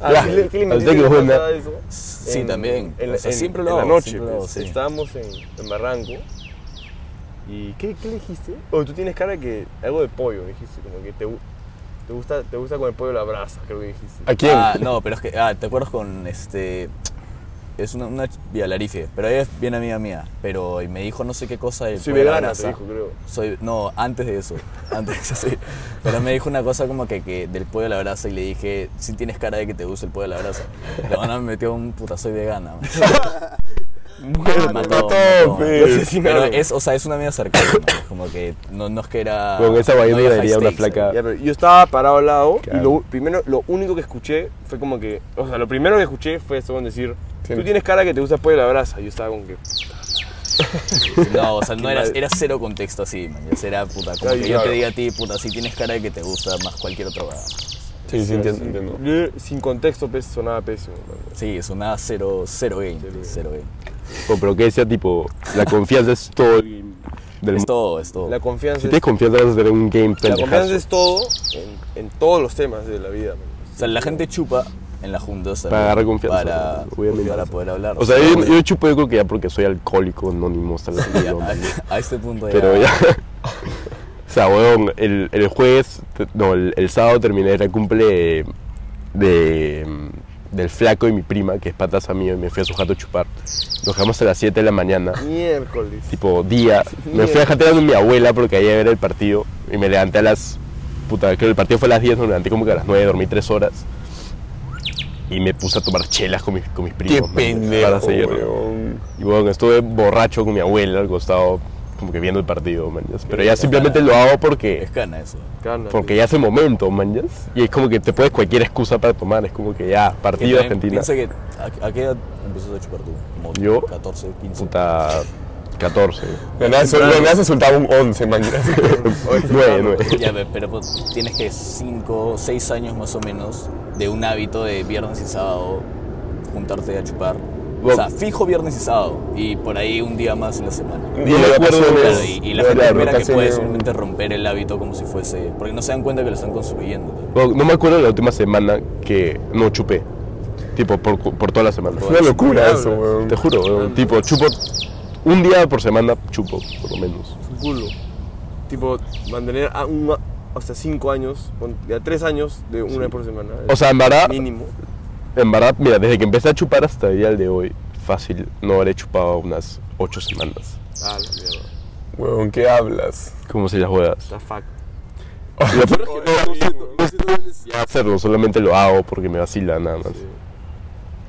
S1: Ah,
S3: Claro.
S1: ¿sí le- sí le
S3: Al
S1: metiste
S3: tecno,
S1: una
S3: ¿no?
S1: pasada a eso?
S4: Sí,
S1: En-
S4: también.
S1: En,
S4: O sea,
S1: en-
S4: siempre lo
S1: en la
S4: hago,
S1: noche,
S4: siempre lo hago,
S1: pues,
S4: sí.
S1: estábamos en, en Barranco. ¿Y qué, qué le dijiste? Oye, Oh, tú tienes cara que algo de pollo, dijiste, como que te, gu- te gusta te gusta con el pollo a la brasa, creo que dijiste.
S2: ¿A quién?
S4: Ah, no, pero es que, ah, ¿te acuerdas con este? Es una, una vía Larife, pero ella es bien amiga mía, pero y me dijo no sé qué cosa de
S1: Soy
S4: fuera de
S1: vegana, te
S4: grasa.
S1: dijo, creo.
S4: Soy, no, antes de eso, antes de eso sí. Pero me dijo una cosa como que, que del pollo a la brasa y le dije, si tienes cara de que te gusta el pollo a la brasa. La mano me metió un puta, soy vegana. man. Me mató, me mató.
S2: pe.
S4: Pero es, o sea, es una amiga cercana, ¿no? como que no, no es que era...
S3: Con esa
S4: no
S3: vaina
S4: había
S3: debería
S4: high
S3: una
S4: stakes,
S3: flaca.
S1: Ya, pero yo estaba parado al lado y
S3: Claro.
S1: lo primero, lo único que escuché fue como que, o sea, lo primero que escuché fue eso, decir,
S2: Sí.
S1: tú tienes cara que te gusta el pollo a la brasa. Y yo estaba como que,
S4: No, o sea, no era,
S1: mal.
S4: era cero contexto así, man. Ya era puta. Como
S1: Claro,
S4: que yo
S1: claro.
S4: te diga a ti, puta, si tienes cara de que te gusta más cualquier otra cosa.
S2: sí, sí, entiendo. entiendo.
S1: "Bleh", sin contexto, pues, sonaba pésimo. mano.
S4: Sí, sonaba cero, cero game. Cero game.
S3: O, Oh, pero que sea tipo, la confianza es todo el game del
S4: Es
S3: mundo.
S4: todo, es todo.
S1: La confianza
S3: Si
S1: es
S3: tienes confianza vas a tener un game
S1: La
S3: pendejazo.
S1: confianza es todo en, en todos los temas de la vida. man.
S4: O sea, la gente chupa en la junta. o sea,
S3: Para agarrar confianza,
S4: Para,
S3: obviamente.
S4: para poder hablar.
S3: O sea, yo, yo chupo yo creo que ya porque soy alcohólico anónimo hasta la
S4: Ya,
S3: religión,
S4: a, a este punto ya.
S3: Pero ya... O sea, weón, el, el jueves, te- no, el, el sábado terminé el cumple de, de- del flaco y mi prima, que es pataza mío, y me fui a su jato a chupar. Nos quedamos a las 7 de la mañana.
S1: Miércoles.
S3: tipo día. Me fui a jatear con mi abuela porque ahí era el partido y me levanté a las. Puta, creo que el partido fue a las 10, me levanté como que a las 9, dormí 3 horas. Y me puse a tomar chelas con mis, con mis primos.
S2: Qué
S3: man,
S2: pendejo,
S3: Para seguir.
S2: weón.
S3: Y bueno, estuve borracho con mi abuela al costado, como que viendo el partido, man. ya. Pero ya simplemente lo hago porque.
S4: Es cana eso.
S1: Gana,
S3: Porque ya es el momento, man. ya. Y es como que te puedes cualquier excusa para tomar. Es como que ya,
S4: Que
S3: partido de
S4: también Piensa
S3: Argentina.
S4: que. ¿a, a qué edad empezaste a chupar tú? Como
S3: Yo,
S4: 14, 15.
S3: Puta, 14.
S2: De nada, sol- de nada se soltaba un 11, man.
S3: 9, 9.
S4: Ya, ve, pero pues, tienes que 5, 6 años más o menos de un hábito de viernes y sábado juntarte a chupar O sea, fijo viernes y sábado. Y por ahí un día más en la semana.
S3: Un día de vacaciones.
S4: Claro, y, y la
S3: Claro,
S4: gente espera que
S2: rotación.
S4: puede simplemente romper el hábito como si fuese. Porque no se dan cuenta que lo están construyendo.
S3: No, no me acuerdo de la última semana que no chupé. Tipo, por, cu- por toda la semana.
S2: Una locura eso, weón.
S3: Te juro, weón. tipo, chupo un día por semana, chupo, por lo menos.
S1: un culo. Tipo, mantener a un- hasta 5 años, pon- ya 3 años de una vez por semana.
S3: O sea, en verdad,
S1: mínimo.
S3: en verdad, mira, desde que empecé a chupar hasta el día de hoy, fácil, no habré chupado unas ocho semanas.
S1: Ah, la mierda.
S2: Weón, ¿qué hablas?
S3: Como si las juegas.
S1: Está fuck.
S3: Lo peor es que
S5: Oh, No, no siento, no siento la necesidad.
S3: hacerlo, solamente lo hago porque me vacila nada más.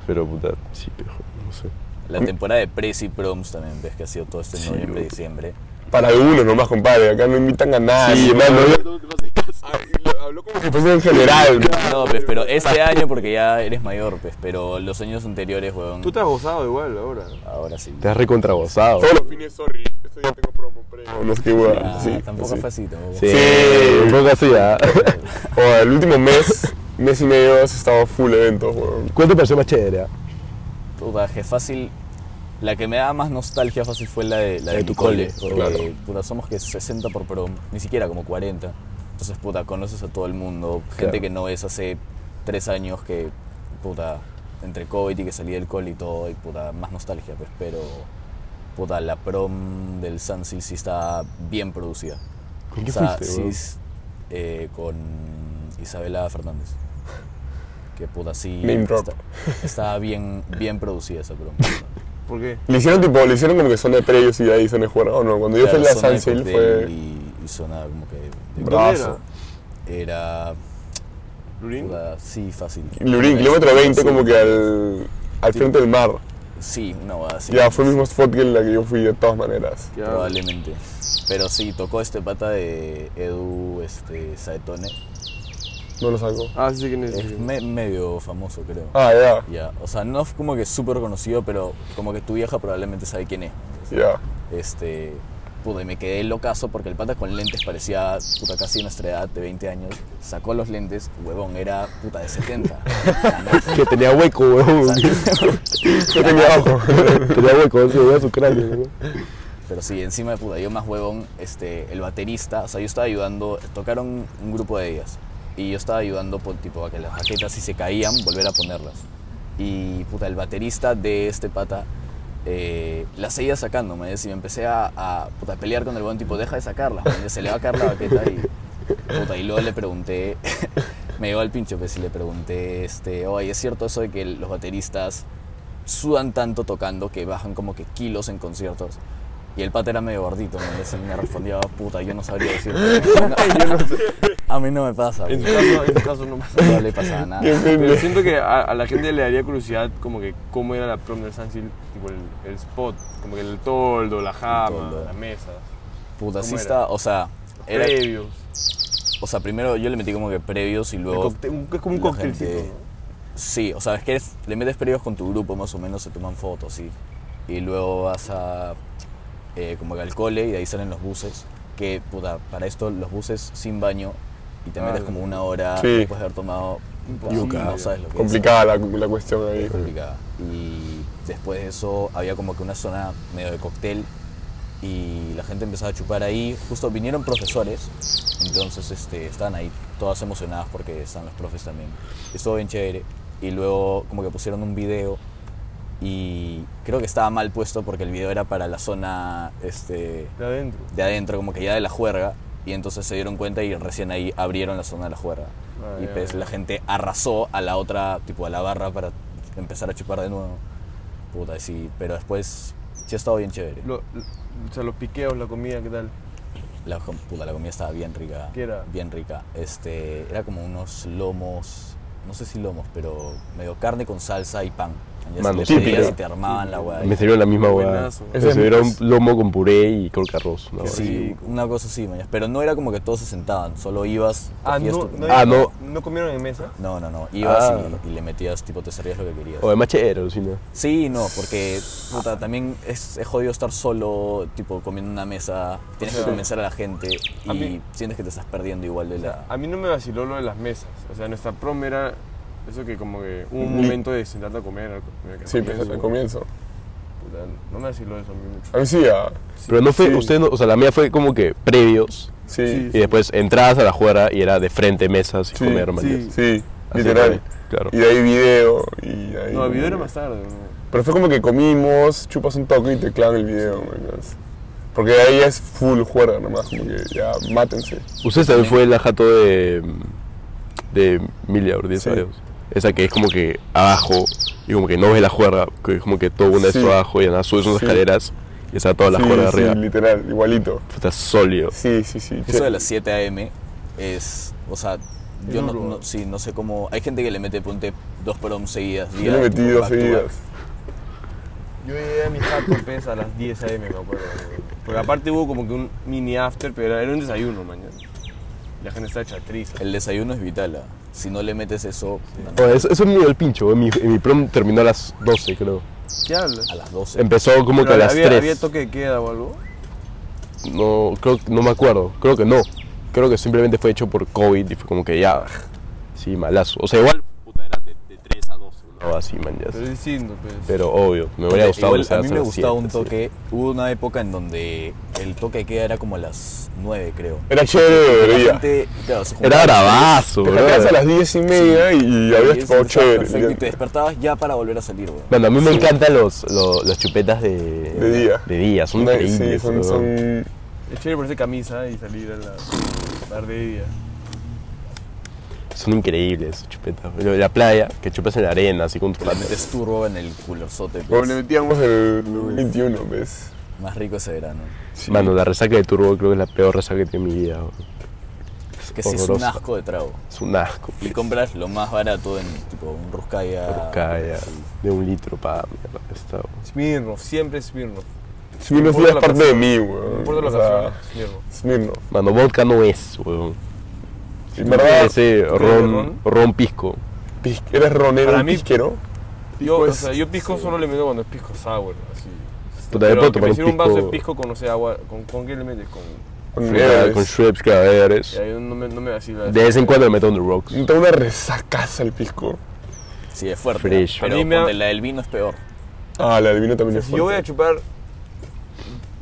S3: Pero puta, sí, pero no sé.
S4: La temporada de Prezi y Proms también, ves que ha sido todo este noviembre, diciembre.
S2: Para algunos nomás, compadre. Acá no invitan a nadie.
S3: Sí, mano, yo-
S5: Ah, y lo- Habló como que
S2: Pues en general.
S4: No, pues, pero este año porque ya eres mayor, pues, pero los años anteriores, weón.
S1: Tú te has gozado igual ahora.
S4: Ahora sí.
S3: te has recontragozado.
S2: Todo
S5: los fines, sorry. Esto ya tengo promo, pre.
S2: lo- No sé qué weón.
S4: Ah,
S2: sí,
S4: tampoco
S2: sí.
S4: es fácil, tampoco.
S3: Sí,
S2: Sí.
S3: un poco así, ¿ah?
S2: O el último mes, mes y medio, has estado full eventos, weón.
S3: ¿Cuál te pareció más chévere? ah?
S4: Puta, que fácil. La que me daba más nostalgia fácil fue la de, la de,
S3: de
S4: mi
S3: tu
S4: cole.
S3: cole,
S4: porque,
S2: claro.
S4: puta, somos que 60 por prom, ni siquiera como 40. Entonces, puta, conoces a todo el mundo. Gente
S3: Claro.
S4: que no ves hace 3 años que, puta, entre COVID y que salí del cole y todo, y puta, más nostalgia, pues. Pero, puta, la prom del Sunsil sí está bien producida.
S3: ¿Con qué
S4: O sea,
S3: fuiste,
S4: sí
S3: weón?
S4: es, eh, con Isabela Fernández. Que puta, sí.
S2: Name drop.
S4: está- estaba bien, bien producida esa broma.
S1: ¿Por qué?
S2: Le hicieron tipo, le hicieron como que son de previos y de ahí son de jugar. Oh, no, cuando yo
S4: Claro,
S2: fui a la
S4: zona de
S2: Sunsil
S4: cóctel
S2: fue.
S4: Y, y zona como que. de-
S1: ¿Dónde
S2: Brazo.
S4: era.
S1: ¿Lurín?
S4: puta, sí, fácil.
S2: Lurín, kilómetro 20, como que al, al frente del mar.
S4: Sí, una boda así.
S2: Ya, fue el mismo spot que en la que yo fui de todas maneras.
S1: Ya.
S4: Probablemente. Pero sí, tocó este pata de Edu este, Saetone.
S2: No lo saco.
S1: Ah, sí, sé quién es.
S4: Es me- medio famoso, creo.
S2: Ah, ya,
S4: Ya, o sea, no es como que súper conocido, pero como que tu vieja probablemente sabe quién es.
S2: ya.
S4: Este, puta, y me quedé locazo porque el pata con lentes parecía, puta, casi nuestra edad de 20 años. Sacó los lentes, huevón, era, puta, de 70.
S3: Que tenía hueco, weón.
S2: Yo tenía ojo.
S3: tenía hueco, se veía su cráneo, weón.
S4: Pero sí, encima de puta, yo más huevón, este, el baterista, o sea, yo estaba ayudando, tocaron un grupo de ellas. Y yo estaba ayudando, por, tipo, a que las baquetas, si se caían, volver a ponerlas. Y, puta, el baterista de este pata eh, la seguía sacando, me decía, y me empecé a, a, puta, a pelear con el buen tipo, deja de sacarla, man, se le va a caer la baqueta y, puta, y luego le pregunté, me llegó al pincho, pues, y le pregunté, este, oye, ¿es cierto eso de que los bateristas sudan tanto tocando que bajan como que kilos en conciertos? Y el pata era medio gordito, me, decía, y me respondía, puta, yo no sabría decir. A mí no me pasa.
S1: En su caso,
S4: pues.
S1: en su caso no pasa.
S4: No le pasaba
S2: Qué
S4: nada.
S1: Pero
S2: pena.
S1: siento que a, a la gente le daría curiosidad como que cómo era la prom del Sansil, tipo el, el spot, como que el toldo, la jama,
S4: toldo.
S1: la mesa,
S4: Puta, sí
S1: ¿Cómo era?
S4: está, o sea, era,
S1: previos,
S4: o sea, primero yo le metí como que previos y
S1: el
S4: luego...
S1: cóctel- un- es como un
S4: la
S1: cóctelcito,
S4: gente-
S1: ¿no?
S4: Sí, o sea, es que es- le metes periodos con tu grupo, más o menos se toman fotos, sí. Y luego vas a. eh, como que al cole y de ahí salen los buses. Que, puta, para esto los buses sin baño y te
S1: Ah,
S4: metes
S1: la-
S4: como una hora
S2: Sí.
S4: después de haber tomado. puta,
S1: Imposible.
S4: No sabes lo que es
S2: Complicada la, la cuestión ahí.
S4: complicada. Y después de eso había como que una zona medio de cóctel y la gente empezaba a chupar ahí. Justo vinieron profesores, entonces este, estaban ahí todas emocionadas porque están los profes también. Estuvo bien chévere. Y luego como que pusieron un video y creo que estaba mal puesto porque el video era para la zona este,
S1: de adentro.
S4: de adentro, como que ya de la juerga. Y entonces se dieron cuenta y recién ahí abrieron la zona de la juerga.
S1: Ah,
S4: y
S1: ya,
S4: pues
S1: ya.
S4: la gente arrasó a la otra, tipo a la barra para empezar a chupar de nuevo. Puta, sí, pero después sí ha estado bien chévere.
S1: Lo- lo- o sea, los piqueos, la comida, ¿qué tal?
S4: La, com- puta, la comida estaba bien rica.
S1: ¿Qué era?
S4: Bien rica. Este, era como unos lomos, no sé si lomos, pero medio carne con salsa y pan. Ya
S3: Mano,
S4: se le pedías
S3: típico.
S4: y te armaban la guay.
S3: Me sirvió la misma weá.
S1: Buenazo.
S3: Me sirvió un lomo con puré y creo que arroz. una
S4: Sí,
S3: weá.
S4: una cosa así, mañas. Pero no era como que todos se sentaban, solo ibas.
S1: Ah,
S4: cogías
S1: no,
S4: tu-
S1: no,
S3: Ah, no.
S1: no comieron en mesa.
S4: No, no, no. Ibas
S3: Ah.
S4: y, y le metías, tipo, te servías lo que querías.
S3: O de machero, alucina.
S4: Sí, no, porque puta, también es, es jodido estar solo, tipo, comiendo en una mesa. Tienes que convencer a la gente y
S1: a mí-
S4: sientes que te estás perdiendo igual de la.
S1: A mí no me vaciló lo de las mesas. O sea, nuestra prom era Eso que como que hubo un
S2: Ni-
S1: momento de sentarte a comer. al- mira que
S2: Sí,
S1: al
S2: pues
S1: comienzo,
S2: al comienzo.
S1: puta, No me decís lo de eso a mí mucho.
S2: A mí sí, ah.
S3: Pero no fue,
S2: Sí.
S3: usted no, o sea, la mía fue como que previos
S2: Sí,
S3: y después entradas a la juega y era de frente mesas y
S2: Sí,
S3: comer, man.
S1: sí.
S3: ya.
S2: sí,
S3: Así
S2: literal.
S3: que, Claro.
S2: Y de ahí video. Y de ahí
S1: No, el video era más tarde. ¿no?
S2: Pero fue como que comimos, chupas un toque y te clavan el video, maricas. Porque de ahí es full juerga nomás, como que ya mátense.
S3: Usted también fue la jato de. de Milia Ortiz
S2: Sí.
S3: Arias. Esa que es como que abajo y como que no ves la juerga, que es como que todo una
S2: Sí.
S3: vez abajo y nada, subes unas
S2: Sí.
S3: escaleras y está toda la
S2: sí,
S3: juerga
S2: sí,
S3: arriba.
S2: literal, igualito.
S3: Está sólido.
S2: Sí, sí, sí.
S4: Eso
S2: che.
S4: de las 7 a.m. es, o sea, yo no,
S1: duro.
S4: no- sí, no sé cómo, hay gente que le mete ponte dos prom seguidas.
S2: Yo le metí dos seguidas.
S1: Yo llegué a mi jato pesa a las 10 a.m., me acuerdo. ¿no? Porque aparte hubo como que un mini after, pero era un desayuno mañana. La gente estaba chatriz.
S4: El desayuno es vital, ah. si no le metes eso
S3: O sea, eso, eso me dio el pincho. En mi, en mi prom terminó a las 12, creo.
S1: ¿Qué hablas?
S4: a las 12.
S3: Empezó como que a las
S1: había,
S3: 3.
S1: ¿Había toque de queda o algo?
S3: No, creo, no me acuerdo. Creo que no. Creo que simplemente fue hecho por COVID y fue como que ya. Sí, malazo. O sea, igual. Puta, era de, 3 a 12. No, así, man, ya.
S1: Pero es distinto, pues.
S3: Pero obvio, me hubiera gustado
S4: Igual,
S3: que sea
S4: a mí
S3: hasta
S4: me
S3: las
S4: gustaba un
S3: siete, sí.
S4: toque, hubo una época en donde el toque de queda era como a las 9, creo.
S2: Era chévere,
S4: La
S2: debería.
S4: gente, claro, se
S3: Era
S4: juntaba-
S3: bravazo,
S2: Te
S3: bro.
S2: sacabas a las diez y media y, y
S4: y
S2: habías
S4: eso
S2: chupado
S4: estaba perfecto,
S2: chévere.
S4: y te despertabas ya para volver a salir, weón.
S3: Bueno, a mí me encantan los, los, las chupetas de, de
S2: día.
S3: De día, son
S2: No,
S3: increíbles.
S2: Sí, son,
S3: bro.
S2: son-
S1: Es chévere ponerse camisa y salir a la tarde y día.
S3: Son increíbles esas chupetas. Lo de La playa, que chupas en la arena, así con tu
S4: Le metes turbo en el culosote, pues.
S2: Como le metíamos el 21, ¿ves?
S4: más rico ese verano.
S3: Mano, la resaca de turbo creo que es la peor resaca que tiene mi vida. bro.
S4: Que sí es un
S3: Horroroso.
S4: asco de trago.
S3: Es un asco.
S4: Y compras lo más barato en tipo un Ruscaya.
S3: Calla, de un litro para mierda. Está, bro.
S1: Smirnoff, siempre Smirnoff.
S2: Si uno
S1: importa
S2: es
S1: la
S2: parte de mí, weón.
S1: No importa la
S2: O sea,
S1: ocasión, Smirnoff.
S2: Smirnoff.
S3: Mano, vodka no es, weón.
S2: En verdad,
S3: Ese ron,
S1: ron?
S3: ron pisco.
S2: pis- eres ronero
S1: Para
S2: y
S1: mí-
S2: pisquero.
S1: Yo,
S2: Pues,
S1: o sea, yo pisco solo le meto cuando es pisco sour, así.
S3: Puta, yo puedo
S1: que
S3: tomar
S1: me
S3: un
S1: sirva un vaso de
S3: pisco-
S1: pisco con, o sea, agua, con, ¿con qué le metes? Con,
S2: Con
S3: Con, con
S2: Everest.
S3: shrimps, cadáveres.
S1: y ahí no me, no me vacila.
S3: De vez en cuando me meto on the rocks.
S2: Te da una resacaza el pisco.
S4: Sí, es fuerte.
S3: Fresh.
S4: Pero
S1: A mí me ha-
S4: ponte, la del vino es peor.
S2: Ah, la del vino también es
S1: Si
S2: fuerte.
S1: yo voy a chupar,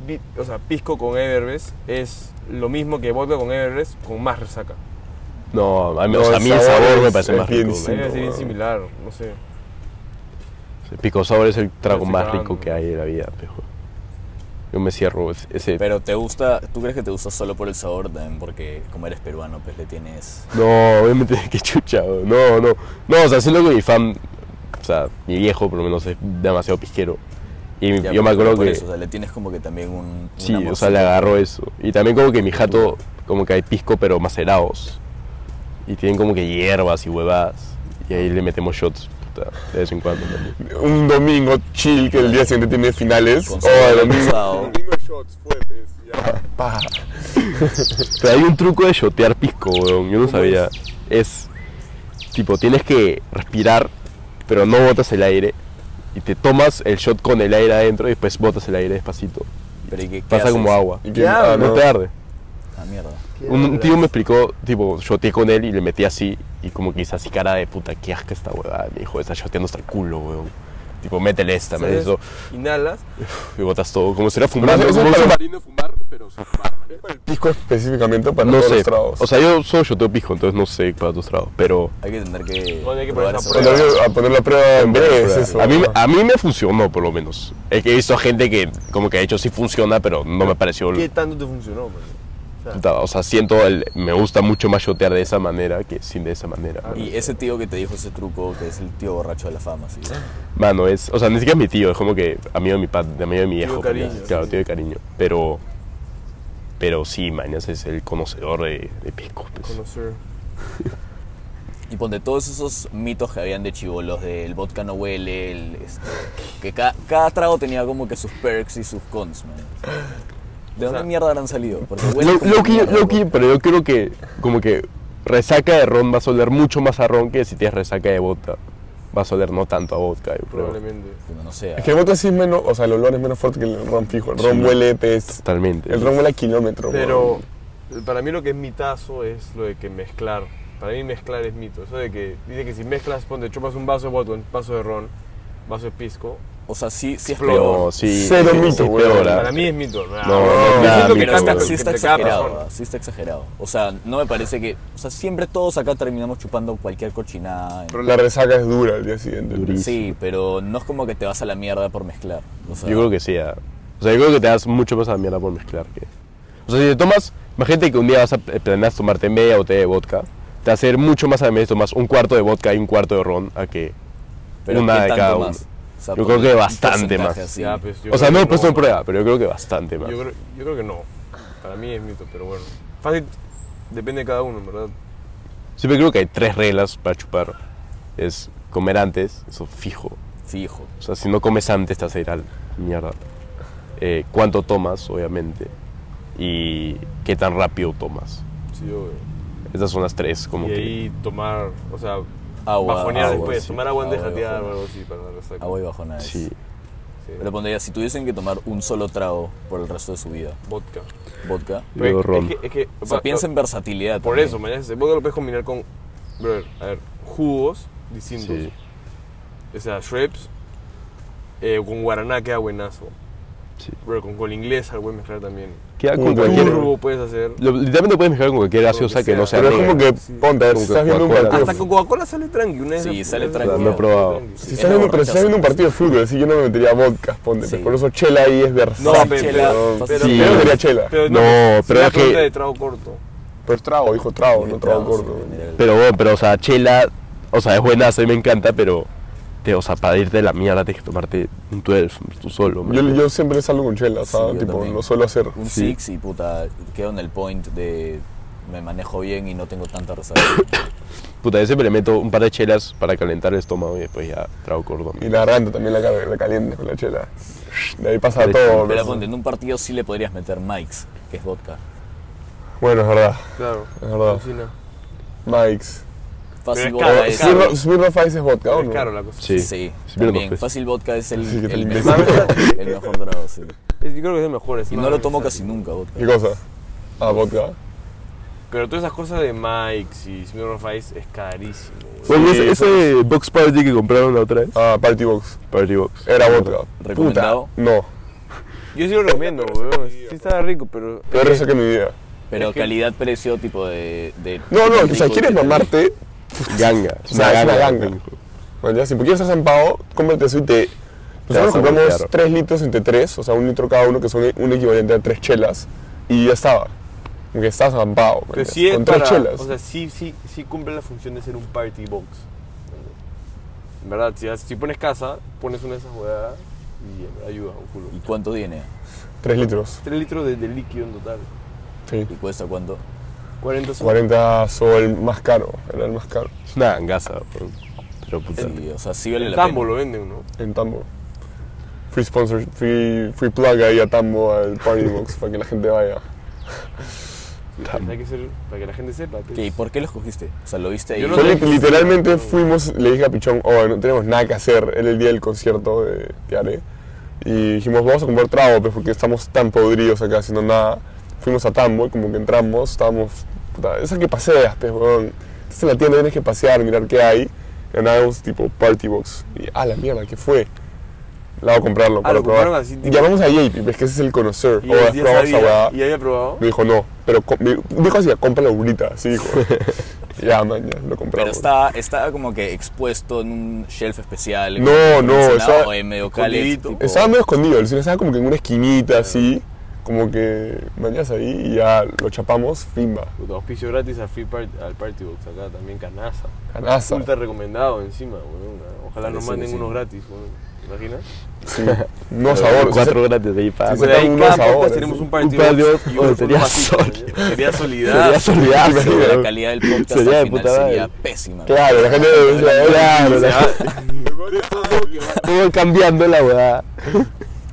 S1: vi- o sea, pisco con Everbest es lo mismo que vodka con Everbest con más resaca.
S3: No, a mí, o
S2: No,
S3: sea, a
S2: el
S3: mí el
S2: sabor
S3: sabor me
S2: es-
S3: parece
S2: es
S3: más
S2: bien
S1: A
S3: rico.
S1: mí me
S2: Sí,
S1: parece bien
S2: no.
S1: similar, no sé.
S3: El pico sabor es el trago
S1: estoy
S3: más
S1: cagando.
S3: rico que hay en la vida, pejo. Yo me cierro ese. ese-
S4: Pero te gusta, ¿tú crees que te gusta solo por el sabor? También porque como eres peruano, pues le tienes...
S3: No, obviamente, qué chucha, bro. No, no. No, o sea, siento que mi fan, o sea, mi viejo por lo menos es demasiado pisquero. Y mi-
S4: ya,
S3: yo me
S4: pero
S3: acuerdo
S4: por
S3: que.
S4: eso, o sea, le tienes como que también un... un
S3: sí, o sea,
S4: amorcito.
S3: le agarró eso. Y también como que mi jato, como que hay pisco, pero macerados. Y tienen como que hierbas y huevadas. Y ahí le metemos shots, puta, de vez en cuando. man.
S2: Un domingo chill que el día siguiente tiene finales.
S4: Con
S2: Oh,
S4: sabor
S2: el domingo.
S4: rosado.
S5: Domingo de shots fue, pues, ya.
S2: Pa.
S3: Pero hay un truco de shotear pisco, weón. Yo no sabía. Es tipo, tienes que respirar, pero no botas el aire. Y te tomas el shot con el aire adentro y después botas el aire despacito.
S4: Pero ¿y qué- qué
S3: Pasa
S4: haces?
S3: como agua.
S2: ¿Y qué? Ah,
S3: no.
S2: no.
S3: te arde.
S4: Ah, mierda.
S3: Un, un tío me explicó, tipo, shoteé con él y le metí así. Y como que hice así cara de puta, qué asca esta huevada. Me dijo, está shoteando hasta el culo, weón. Tipo, métele esta, me
S1: ¿Sabes?
S3: hizo.
S1: Inhalas,
S3: Y botas todo. Como si era fumando.
S2: Pero eso-
S3: como
S2: eso
S3: un-
S2: para-
S5: Marino fumar, pero sin fumar, man.
S2: El pisco específicamente para
S3: no
S2: todos
S3: sé.
S2: los tragos.
S3: O sea, yo solo shoteo pisco, entonces no sé para tus tragos. Pero
S4: Hay que tener que...
S1: Bueno, hay que
S4: probar
S1: poner esa
S4: esa
S2: Cuando
S4: prueba.
S2: voy a poner la prueba en breve es eso.
S3: A mí, me- ah.
S2: ¿no?
S3: a mí me funcionó, por lo menos. Es que he visto gente que, como que ha hecho, sí funciona, pero no me pareció.
S1: ¿qué tanto te funcionó? man?
S3: puta, O sea, siento, el- me gusta mucho más shotear de esa manera que sin de esa manera.
S2: Ah,
S4: Y ese tío que te dijo ese truco, que es el tío borracho de la fama, sí.
S3: Mano, es. O sea, ni siquiera es mi tío, es como que amigo de mi padre, amigo de mi viejo.
S1: cariño,
S3: pues, claro,
S1: sí.
S3: tío de cariño. Pero. Pero sí, mañas es el conocedor de, de pisco. pues.
S1: Conocer.
S4: Y ponte todos esos mitos que habían de chivolos, del vodka no huele, el, este, que ca- cada trago tenía como que sus perks y sus cons, man. ¿De dónde
S1: sea,
S4: mierda habrán salido? Porque huele
S3: Lo,
S4: como
S3: lo que,
S4: mierda,
S3: lo
S4: bro.
S3: que- pero yo creo que, como que resaca de ron va a oler mucho más a ron que si tienes resaca de vodka. Va a oler no tanto a vodka, yo creo.
S1: Probablemente.
S4: Pero No sé.
S2: Es que el vodka sí es menos, o sea, el olor es menos fuerte que el ron fijo. El ron
S3: Sí.
S2: huele, pues,
S3: Totalmente.
S2: el ron huele a kilómetro.
S1: Pero eh,
S2: weón.
S1: para mí lo que es mitazo es lo de que mezclar Para mí mezclar es mito. Eso de que dice que si mezclas, ponte, chupas un vaso de vodka, un vaso de ron, vaso de pisco.
S4: O sea, sí, sí es
S1: Explota.
S3: No,
S4: peor.
S3: sí.
S2: Cero
S3: sí,
S2: mito,
S3: sí,
S2: güey.
S3: peor, ah.
S1: Para mí es mito. No,
S3: no,
S1: Yo
S3: nada,
S1: siento que
S4: Pero
S3: mito,
S1: cambia
S4: está,
S3: güey.
S1: entre-
S4: sí está
S1: entre cada
S4: exagerado,
S1: persona.
S4: ah, sí está exagerado. O sea, no me parece que... O sea, siempre todos acá terminamos chupando cualquier cochinada.
S2: Pero la resaca es dura al día siguiente.
S4: Sí, pero no es como que te vas a la mierda por mezclar. O sea,
S3: Yo creo que sí. ah. O sea, yo creo que te das mucho más a la mierda por mezclar. Que... O sea, si te tomas, imagínate que un día vas a planeas tomarte media botella de vodka, te va a hacer mucho más a la mierda si tomas un cuarto de vodka y un cuarto de ron a que
S4: pero
S3: una
S4: ¿qué
S3: de
S4: tanto
S3: cada uno.
S4: más? O sea,
S3: Yo
S4: porque
S3: creo que
S4: un
S3: bastante
S4: porcentaje
S3: más.
S4: así.
S1: Ya, pues, yo
S3: o sea,
S1: creo
S3: no
S1: que
S3: he puesto en prueba, pero yo creo que bastante más.
S1: Yo creo, yo creo que no. Para mí es mito, pero bueno. Fácil, depende de cada uno, en verdad.
S3: Siempre creo que hay tres reglas para chupar. Es comer antes, eso fijo.
S4: Fijo.
S3: O sea, si no comes antes te vas a ir al mierda. Eh, cuánto tomas, obviamente. Y qué tan rápido tomas.
S1: Sí, yo,
S3: Esas son las tres, como
S1: y
S3: que...
S1: ahí tomar, o sea,
S4: Agua,
S1: bajonear
S4: agua,
S1: después,
S4: sí.
S1: tomar agua en
S4: Agua y
S1: dejatear o
S4: bajonear.
S1: algo así para la resaca.
S4: Agua y bajonada.
S3: Sí.
S1: Sí.
S4: Pero pondría, si tuviesen que tomar un solo trago por el resto de su vida,
S1: Vodka.
S4: vodka.
S3: Luego
S1: Es que-
S3: ron.
S1: Es que, es que-
S4: O sea,
S1: pa-
S4: piensa en versatilidad.
S1: Por
S4: también.
S1: eso, mañana ese vodka lo puedes combinar con, brother, a ver, jugos distintos.
S3: Sí.
S1: O sea, shreds, eh, con guaraná queda buenazo.
S3: Sí.
S1: Brother, con cola inglesa lo puedes mezclar también.
S3: Queda
S2: Un
S3: con cualquier...
S1: Turbo puedes hacer.
S3: Lo- literalmente puedes mezclar con cualquier gaseosa
S1: que
S3: que, no sea
S1: sea.
S2: Pero es como
S3: negra.
S2: que, ponte, a ver, si
S3: Como que
S2: estás viendo un
S3: Coca-Cola.
S2: partido.
S1: Hasta con Coca-Cola sale tranqui. Una vez
S4: Sí,
S1: la-
S4: sale
S1: una vez
S4: tranqui.
S1: la-
S4: Lo he
S3: probado.
S1: tranqui.
S2: Si
S1: Sí.
S2: estás viendo, pero si estás viendo un
S4: Rechazo.
S2: partido de fútbol, así yo no me metería vodka, ponte.
S4: Sí.
S2: Por eso chela ahí es
S1: No,
S2: versátil.
S1: pe-
S4: chela,
S1: pero,
S4: fácil.
S1: pero,
S3: Sí.
S2: Yo no quería chela.
S1: pero
S3: No,
S1: pues,
S3: pero
S1: la
S3: es que-
S1: pregunta de trago corto.
S2: Pero es trago, dijo trago, no trago
S4: Tragos,
S2: corto.
S4: en general.
S3: Pero bueno, pero o sea, chela... O sea, es buena, a mí me encanta, pero... Te, o sea, para irte de la mierda tienes que tomarte un 12 tú solo. man.
S2: Yo, yo siempre salgo con chela,
S4: Sí,
S2: ¿sabes?
S4: yo
S2: tipo,
S4: también.
S2: lo suelo hacer.
S4: Un
S3: Sí.
S4: six y puta, quedo en el point de me manejo bien y no tengo tanta resaca.
S3: Puta, yo siempre le meto un par de chelas para calentar el estómago y después ya trago cordón.
S2: Y la garganta también la, car- la caliente con la chela. De ahí pasa
S3: Pero
S2: todo.
S4: Pero
S2: ¿no?
S4: ponte, en un partido sí le podrías meter Mike's, que es vodka.
S2: Bueno, es verdad,
S1: Claro.
S2: es verdad.
S1: Cocina.
S2: Mike's.
S4: Fácil
S1: Pero es caro,
S4: vodka
S1: es
S4: es...
S1: caro.
S2: Smirno- Smirnoff Ice es vodka, ¿o
S1: Es
S2: no?
S1: caro la cosa.
S3: Sí.
S4: Sí,
S3: Sí, pero
S4: también.
S3: pues.
S4: Fácil vodka es el,
S2: Sí, que te
S4: el,
S2: imbécil.
S4: mejor, el mejor trago, sí.
S1: Es- Yo creo que es el mejor. es
S4: Y no
S1: más
S4: lo tomo
S1: versátil.
S4: casi nunca, vodka.
S2: ¿Qué cosa? Ah, vodka.
S1: Pero todas esas cosas de Mike's y Smirnoff Ice es carísimo. güey.
S3: Bueno, ese, ese box party que compraron la otra vez.
S2: Ah, Party Box.
S3: Party box.
S2: Era vodka.
S4: Recomendado.
S2: Puta, no.
S1: Yo sí lo recomiendo, weón. Sí estaba rico, pero...
S2: Peor eso que mi vida.
S4: Pero
S1: Es que-
S4: calidad-precio tipo de, de-
S2: No, no,
S4: de
S2: o sea,
S4: rico,
S2: quieres
S4: de-
S2: mamarte.
S3: Ganga.
S2: O sea, es una ganga. Man, ya, si quieres ser zampado, cómprate eso y te. Nosotros
S3: vas a
S2: compramos
S3: voltear.
S2: 3 litros entre 3, o sea, un litro cada uno, que son un equivalente a 3 chelas, y ya estaba. Porque estás zampado, man,
S1: Pero
S2: ya,
S1: sí es
S2: con 3
S1: para-
S2: chelas.
S1: O sea, sí, sí, sí cumple la función de ser un party box. En verdad, si, si pones casa, pones una de esas huevadas y en verdad, ayuda un culo.
S4: ¿Y cuánto tiene?
S2: 3 litros.
S1: 3 litros de, de líquido en total.
S2: Sí.
S4: ¿Y cuesta cuánto?
S1: 40 soles.
S2: 40 sol más caro, era el más caro.
S3: Es una gangaza. bro. Pero puta.
S4: Sí, o sea, sí vale
S1: En
S4: la
S1: Tambo
S4: pena.
S1: lo venden, ¿no?
S2: En Tambo. Free sponsor, free, free plug ahí a Tambo, al Party Box, para que la gente vaya.
S1: Sí, Hay que ser, para que la gente sepa. pues.
S4: ¿Qué? ¿Y por qué los cogiste? O sea, lo viste ahí.
S1: Yo no
S2: Yo li-
S1: sé.
S2: literalmente fuimos, le dije a Pichón, oh, no tenemos nada que hacer, era el día del concierto de Tiare. Y dijimos, vamos a comprar trago, pues, porque estamos tan podridos acá haciendo nada. Fuimos a Tambo y como que entramos, estábamos, puta, esa que paseas, pues, weón. Estás en la tienda, tienes que pasear, mirar qué hay. Y andábamos tipo Party Box. Y, ah, la mierda, ¿qué fue? La voy a comprarlo para
S1: Ah, lo
S2: probar.
S1: compraron así, tipo-
S2: Llamamos a JP, ves que ese es el conocer.
S1: Y
S2: Oh,
S1: él
S2: has
S1: ya
S2: probado esa
S1: sabía,
S2: huevada.
S1: y había probado.
S2: Me dijo, no, pero co- me dijo así, cómpralo ahorita, así dijo. ya, man, ya, lo compramos.
S4: Pero estaba, estaba como que expuesto en un shelf especial.
S2: No, no, estaba
S4: estaba... en medio cáliz,
S1: escondidito.
S4: tipo-
S2: Estaba medio escondido, el cine estaba como que en una esquinita así, como que mañas ahí y ya lo chapamos, Fimba,
S1: Puta, auspicio gratis al, free part- al Party Box acá también, canaza.
S2: canaza.
S1: Ultra recomendado encima, weón. Ojalá nos
S4: Parece
S1: manden
S4: que sí.
S1: unos gratis, weón. ¿Te imaginas?
S2: Sí. No sabor.
S3: Cuatro gratis de ahí para.
S2: Sí,
S1: Por
S2: Saca
S1: ahí
S2: unos
S1: cada
S2: ahora,
S1: podcast
S2: sí.
S1: tenemos un
S2: Un
S1: Party
S3: par de
S1: Box y
S3: otros,
S1: uno
S3: sería
S1: vasito,
S3: sol.
S1: ¿no? Sería
S3: Sería
S1: solidaridad.
S3: solidaridad.
S4: Pero la
S3: bro.
S4: calidad del podcast
S3: Sería de
S4: al final
S3: puta madre.
S4: sería pésima.
S2: Claro, la gente debe
S1: Se
S3: Claro, la-
S1: va-
S3: todo cambiando la verdad.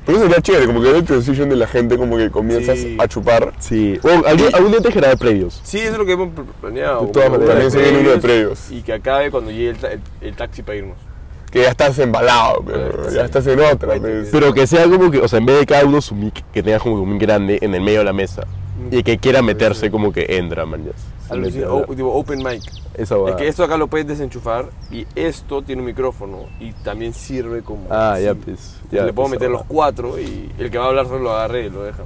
S2: Pero eso sería chévere, como que es el transition de la gente, como que comienzas
S1: Sí.
S2: a chupar.
S3: Sí. Bueno, algún, algún día te generaré previos.
S1: Sí, eso es lo que hemos pr- planeado.
S2: De todas
S1: Como
S2: maneras,
S1: que
S2: también se viene uno de previos.
S1: Y que acabe cuando llegue el, ta- el- el taxi para irnos.
S2: Que ya estás embalado, pero
S1: Sí.
S2: ya estás en otra.
S1: Ahí te-
S2: pues.
S3: Pero que sea como que, o sea, en vez de cada uno su mic, que tengas como que un mic grande en el medio de la mesa. Y el que quiera meterse, como que entra, man. ya. Se mete
S1: Alucina,
S3: a
S1: o-
S3: hablar.
S1: tipo, open mic.
S3: Esa
S1: oh, Es
S3: huevada.
S1: que esto acá lo puedes desenchufar y esto tiene un micrófono y también sirve como.
S3: Ah, ya,
S1: sí.
S3: pues. ya,
S1: Le puedo
S3: pues,
S1: meter los
S3: ah,
S1: cuatro y el que va a hablar solo lo agarre y lo deja.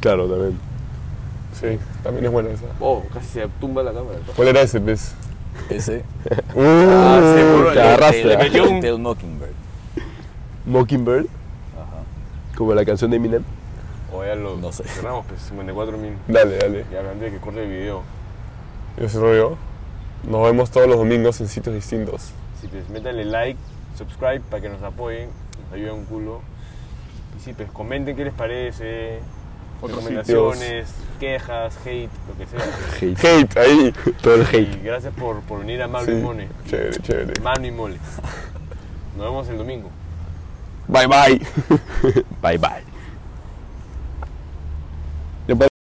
S3: Claro, también.
S2: Sí, también es buena esa.
S1: Oh, casi se tumba la cámara.
S3: Ah,
S2: ¿Cuál era ese, pues? pez?
S4: Ese.
S1: Ah, se voló,
S3: te
S1: le-
S3: agarraste.
S1: Le metió un.
S4: Tell Mockingbird.
S3: Mockingbird,
S4: Ajá.
S3: como la canción de Eminem.
S1: O ya lo.
S4: No sé.
S1: Cerramos, pues 54 mil.
S2: Dale, dale.
S1: Ya hablando de que corte el video.
S2: Yo soy Rodrigo. Nos vemos todos los domingos en sitios distintos.
S1: Si pues, métanle like, subscribe para que nos apoyen. Nos ayuden un culo. Y sí, pues comenten qué les parece. recomendaciones, quejas, hate, lo que sea.
S3: Hate.
S2: Hate, ahí.
S3: Todo el
S1: Y
S3: hate.
S1: gracias por, por venir a Mano y
S2: Sí,
S1: Mole.
S2: chévere, chévere.
S1: Mano y Mole. Nos vemos el domingo.
S3: Bye bye. bye bye.